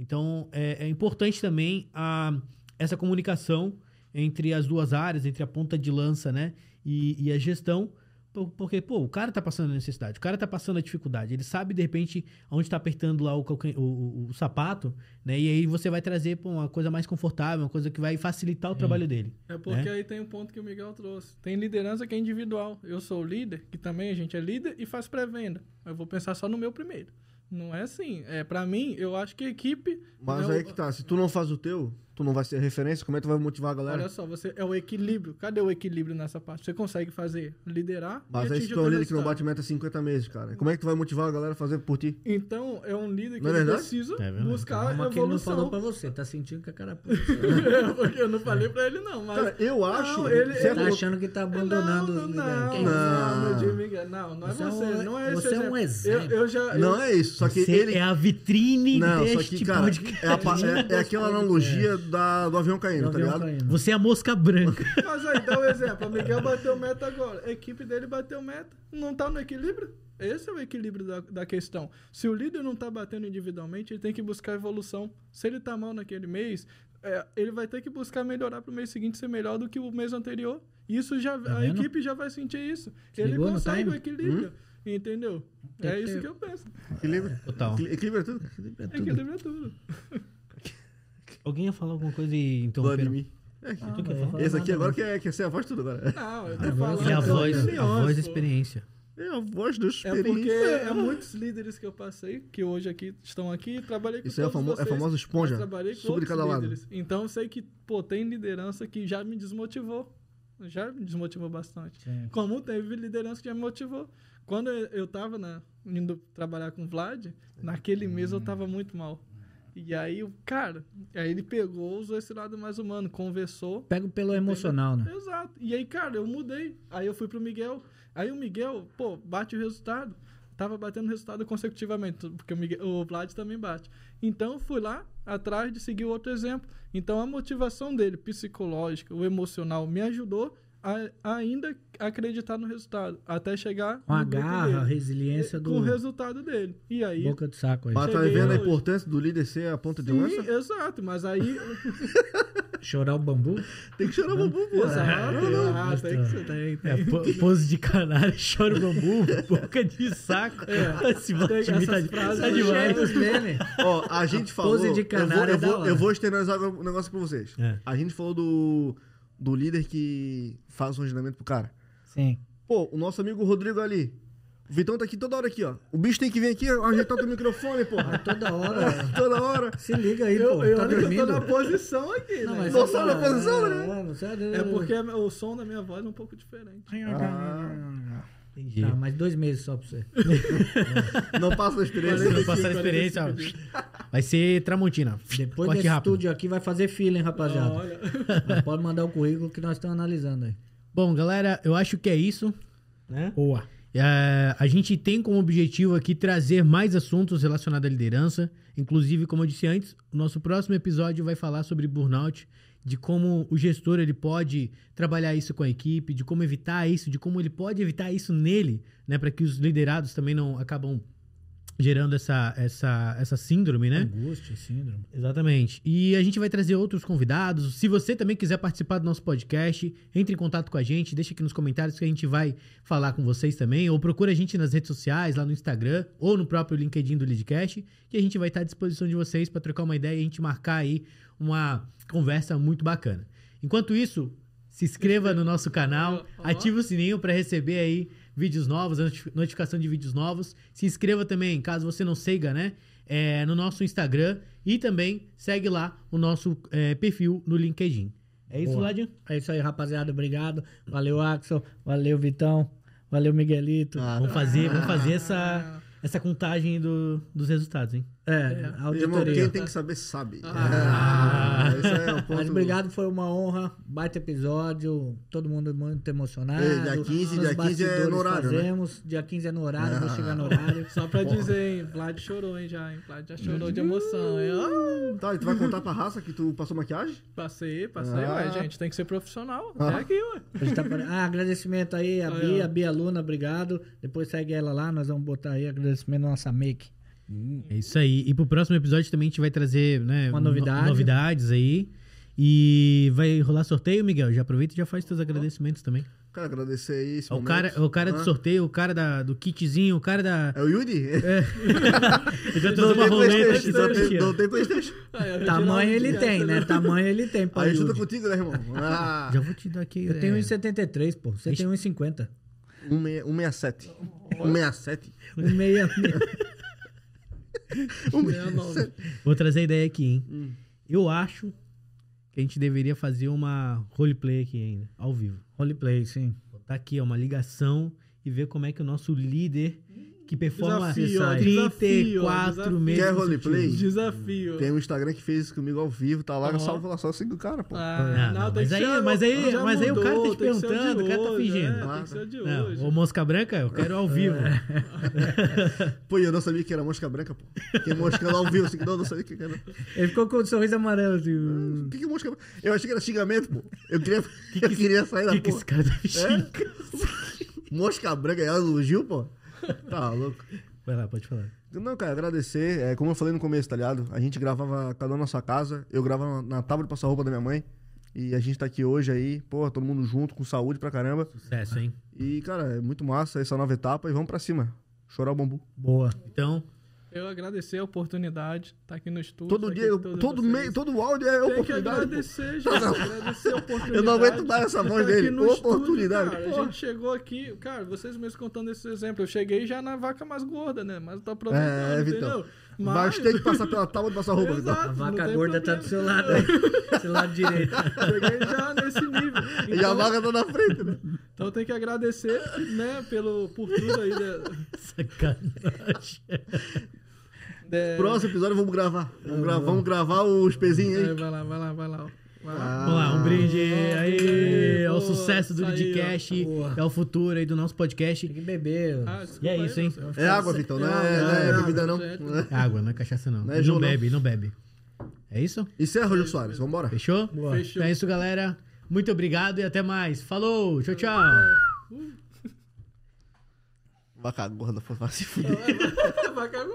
Então, é, é importante também a, essa comunicação entre as duas áreas, entre a ponta de lança, né, e, e a gestão, po- porque, pô, o cara tá passando a necessidade, o cara tá passando a dificuldade, ele sabe, de repente, onde tá apertando lá o, calcan- o- o- o sapato, né, e aí você vai trazer pô, uma coisa mais confortável, uma coisa que vai facilitar o trabalho dele.
É porque aí tem um ponto que o Miguel trouxe. Tem liderança que é individual. Eu sou o líder, que também a gente é líder e faz pré-venda. Eu vou pensar só no meu primeiro. Não é assim. É para mim, eu acho que a equipe. é
Mas
não-
aí que tá, se tu não faz o teu, tu não vai ser referência, como é que tu vai motivar a galera?
Olha só, você é o equilíbrio. Cadê o equilíbrio nessa parte? Você consegue fazer liderar?
Mas
e
aí se
atingir
tu é um
o
líder que não
resultado.
bate meta há 50 meses, cara, como é que tu vai motivar a galera a fazer por ti?
Então é um líder que
Não é
ele
verdade?
precisa
É verdade.
buscar
Calma que ele não falou
evolução.
pra você, tá sentindo que a cara puxa.
<laughs> É, porque eu não falei pra ele não, mas
Cara, eu acho.
ele-
se é
ele-
tá
colo-
achando que tá abandonando
não,
o
não,
líder.
não,
Não.
meu Deus, Miguel, não, não é
Você é um-
você, não é
você
esse
é um exemplo.
Eu, eu já eu-
Não é isso, só que
Você
ele.
é a vitrine
Não, só
deste
tipo
que, cara,
podcast.
é, a pa- é- é aquela analogia
né?
da, do avião caindo,
Do
tá
avião
ligado?
caindo.
Você é a mosca branca.
Mas aí dá um exemplo. O Miguel bateu meta agora. A equipe dele bateu meta. Não tá no equilíbrio? Esse é o equilíbrio da, da questão. Se o líder não tá batendo individualmente, ele tem que buscar evolução. Se ele tá mal naquele mês, é, ele vai ter que buscar melhorar pro mês seguinte ser melhor do que o mês anterior. Isso já
Tá
a
vendo?
equipe já vai sentir isso.
Se
ele
ligou no
consegue o
time?
equilíbrio. Entendeu?
Tem
é
que
isso
ter-
que eu penso.
Equilíbrio.
Total.
Equil- Equilíbrio é tudo.
É tudo.
Equilíbrio é tudo.
<laughs> Alguém ia falar alguma coisa e
Blood
interromperam?
Me. É, que-
Ah,
que
não
falar?
vou
Esse
falar nada,
aqui
né?
agora quer, quer é ser a voz de tudo agora.
Não, eu
Agora
tô
eu
falando.
E a
pelas
voz, a
opiniões,
voz da
pô.
experiência.
É a voz do
É porque
experiência.
é muitos líderes que eu passei, que hoje aqui estão aqui, trabalhei com
Isso é a,
todos
famo é a
vocês,
famosa
mas
esponja.
trabalhei com
Suco de
outros
cada lado.
líderes. Então eu sei que, pô, tem liderança que já me desmotivou. Já me desmotivou bastante.
Sim.
Como teve liderança que já me motivou. Quando eu eu tava na- indo trabalhar com o Vlad, naquele mês eu tava muito mal. E aí, o cara, aí ele pegou, usou esse lado mais humano, conversou,
Pego pelo emocional, né?
Exato. E aí, cara, eu mudei. Aí eu fui pro Miguel. Aí o Miguel, pô, bate o resultado. Tava batendo resultado consecutivamente, porque o, Miguel- o Vlad também bate. Então eu fui lá atrás de seguir outro exemplo. Então a motivação dele, psicológica, o emocional, me ajudou a, a ainda acreditar no resultado. Até chegar
Com a
no grupo
garra, a
dele,
resiliência do
É, com o resultado dele. E aí.
boca do saco aí.
Mas tá
Cheguei
vendo a
hoje.
importância do líder ser a ponta de
Sim,
lança?
exato, mas aí.
Chorar o bambu.
Tem que chorar o bumbum, pô.
exato,
Não, não.
ah, tem que ser. Tem, tem.
É, po- pose de canário, <laughs> chora o bambu, boca de saco.
É.
Esse Vladimir
essas
tá de-
frases
tá
do
demais.
Os dele.
Ó, a
<laughs>
gente falou.
pose de canário é
eu
da
vou, eu vou,
hora.
eu vou externalizar um negócio pra vocês.
É.
A gente falou do, do líder que faz o agendamento pro cara.
Sim.
Pô, o nosso amigo Rodrigo ali. O Vitão tá aqui toda hora aqui, ó. O bicho tem que vir aqui ajeitar teu microfone, porra.
Toda hora.
toda hora.
Se liga aí,
<laughs> Eu,
pô.
eu,
tá
olha que eu tô
dormindo.
na posição aqui. né?
Não sabe a posição,
É, não sabe.
É porque o som da minha voz é um pouco diferente.
Ah,
Entendi.
Tá, mais dois meses só pra você.
Não passa a
Se não
experiência.
passar a experiência, ó, vai ser Tramontina.
Depois
Corte
desse
rápido.
estúdio aqui vai fazer fila, hein, rapaziada.
Olha,
Mas Pode mandar o currículo que nós estamos analisando aí.
Bom, galera, eu acho que é isso. Né?
Boa.
É, a gente tem como objetivo aqui trazer mais assuntos relacionados à liderança. Inclusive, como eu disse antes, o nosso próximo episódio vai falar sobre burnout, de como o gestor ele pode trabalhar isso com a equipe, de como evitar isso, de como ele pode evitar isso nele, né, para que os liderados também não acabam gerando essa essa essa síndrome, né?
Angústia, síndrome.
Exatamente. E a gente vai trazer outros convidados. Se você também quiser participar do nosso podcast, entre em contato com a gente, deixa aqui nos comentários que a gente vai falar com vocês também. Ou procura a gente nas redes sociais, lá no Instagram, ou no próprio LinkedIn do Leadcast, que a gente vai estar à disposição de vocês para trocar uma ideia e a gente marcar aí uma conversa muito bacana. Enquanto isso, se inscreva no nosso canal, ative o sininho para receber aí vídeos novos, noti- notificação de vídeos novos. Se inscreva também, caso você não siga, né? é, no nosso Instagram e também segue lá o nosso é, perfil no LinkedIn. É isso,
Boa.
Ladinho?
É isso aí, rapaziada. Obrigado. Valeu, Axel. Valeu, Vitão. Valeu, Miguelito.
Vamos fazer, vamos fazer essa,
é
essa contagem do- dos resultados, hein?
É,
Irmão,
auditoria.
quem tem que saber, sabe.
Ah.
É, isso aí é o ponto.
Mas obrigado, foi uma honra. Baita episódio. Todo mundo muito emocionado.
É, dia 15,
Nos
dia 15 é
bastidores
no horário, né?
Fazemos. Dia 15 é no horário, vou
Ah.
chegar no horário.
Só pra dizer, hein? Vlad chorou, hein, já, hein? Vlad já chorou de emoção. hein? Ah,
Tá, e tu vai contar pra raça que tu passou maquiagem?
passei, passei, ué,
Ah.
gente. Tem que ser profissional.
Ah.
É aqui, ué.
A gente tá pare- Ah, agradecimento aí a
Aí,
Bia,
ó.
a Bia Luna, obrigado. Depois segue ela lá, nós vamos botar aí agradecimento à nossa make.
É isso aí. E pro próximo episódio também a gente vai trazer, né?
Uma
no-
novidade.
novidades aí. E vai rolar sorteio, Miguel. Já aproveita e já faz teus agradecimentos também.
Cara, agradecer aí esse
É O
momento.
cara, o cara
Ah.
do sorteio, o cara da- do kitzinho, o cara da.
<laughs> É o Yuri? É.
Eu já trouxe
Não
uma
tem
roleta
Playstation,
tá aqui
não
só
tem-
pra
não tem Playstation.
Aí, eu vou
Tamanho
tirar um
ele
dia,
tem, né? Tamanho ele tem, pai.
Aí ajuda
Yuri.
contigo, né, irmão? Ah,
Já vou te dar aqui.
Eu
é,
tenho 1,73, pô. Você
Ixi.
tem 1,50.
167. 167.
1,66.
167.
<laughs> Vou trazer a ideia aqui, hein? Eu acho que a gente deveria fazer uma roleplay aqui ainda, ao vivo.
Roleplay, sim.
Botar aqui, ó, uma ligação e ver como é que o nosso líder, que performa
Desafio, ó,
34
desafio, ó,
meses.
Quer
consecutivos.
roleplay?
Desafio.
Tem um Instagram que fez isso comigo ao vivo, tá lá,
Aham.
salva lá, só siga o cara, pô.
Ah, não,
tem
mas
que
aí-
ser-
mas aí-
já
mas aí o cara tá te
tem que ser
perguntando,
de
o cara tá
hoje,
fingindo.
É, tem
Ah,
que ser o de hoje.
Não, ô Mosca Branca, eu quero ao vivo.
Pô, e eu não sabia que era mosca branca, pô. Que mosca lá ao vivo, assim, não, não sabia que era.
Ele ficou com o sorriso amarelo, assim.
O que que é mosca branca? Eu achei que era xingamento, pô. Eu queria, eu queria sair
O
da
que, que
porra.
esse cara tá fingindo?
Mosca branca, ela elogio, pô. Tá louco.
Vai lá, pode falar.
Não, cara, agradecer. É, como eu falei no começo, tá ligado? A gente gravava cada um na sua casa. Eu gravava na tábua de passar roupa da minha mãe. E a gente tá aqui hoje aí, pô, todo mundo junto, com saúde pra caramba.
Sucesso, hein?
E, cara, é muito massa essa nova etapa e vamos pra cima. Chorar o bambu.
Boa.
Então,
Eu agradecer a oportunidade, tá aqui no estúdio.
Todo
tá
dia,
aqui
eu-
todos
todo
vocês.
meio, todo áudio é
Tem que
oportunidade. pô.
agradecer, gente. agradecer a oportunidade.
Eu não aguento mais essa voz
Tá aqui
dele.
no estúdio,
Oportunidade,
cara.
porra.
A gente chegou aqui, cara, vocês mesmos contando esse exemplo. Eu cheguei já na vaca mais gorda, né? Mas eu tô aproveitando,
É, Vitão.
entendeu?
Mas tem que passar pela tábua de passar roupa, então. Vitão.
Exato,
A
Ah, não
vaca
tem
gorda tá
problema,
do seu lado aí. Do seu lado
<laughs>
direito.
Cheguei já nesse nível.
<laughs> E a
Então,
vaga tá na frente, né?
então tem que agradecer, né, pelo, por tudo aí. né?
sacanagem.
De-
Próximo episódio vamos gravar. Vamos, gra- vamos gravar os pezinhos
É,
aí.
vai lá, vai lá, vai lá. ó. Vai lá.
Ah,
Vamos lá, um brinde aí
Boa,
ao sucesso do
isso aí,
Lidcast,
ó.
é o futuro aí do nosso podcast.
Tem que beber.
E
Ah, desculpa
é
aí,
isso, hein?
Marcelo.
É água, Vitão, não é, não é
não,
bebida, não.
gente.
É Água, não é cachaça não.
Não é
Ele não
jogo, não.
bebe, ele não bebe. É isso?
Encerra, Jô Soares. Vambora.
Fechou?
Boa.
Fechou.
Então é isso, galera. Muito obrigado e até mais. Falou, tchau, tchau.
Vaca gorda, pô, vai se fuder.
Vaca é gorda.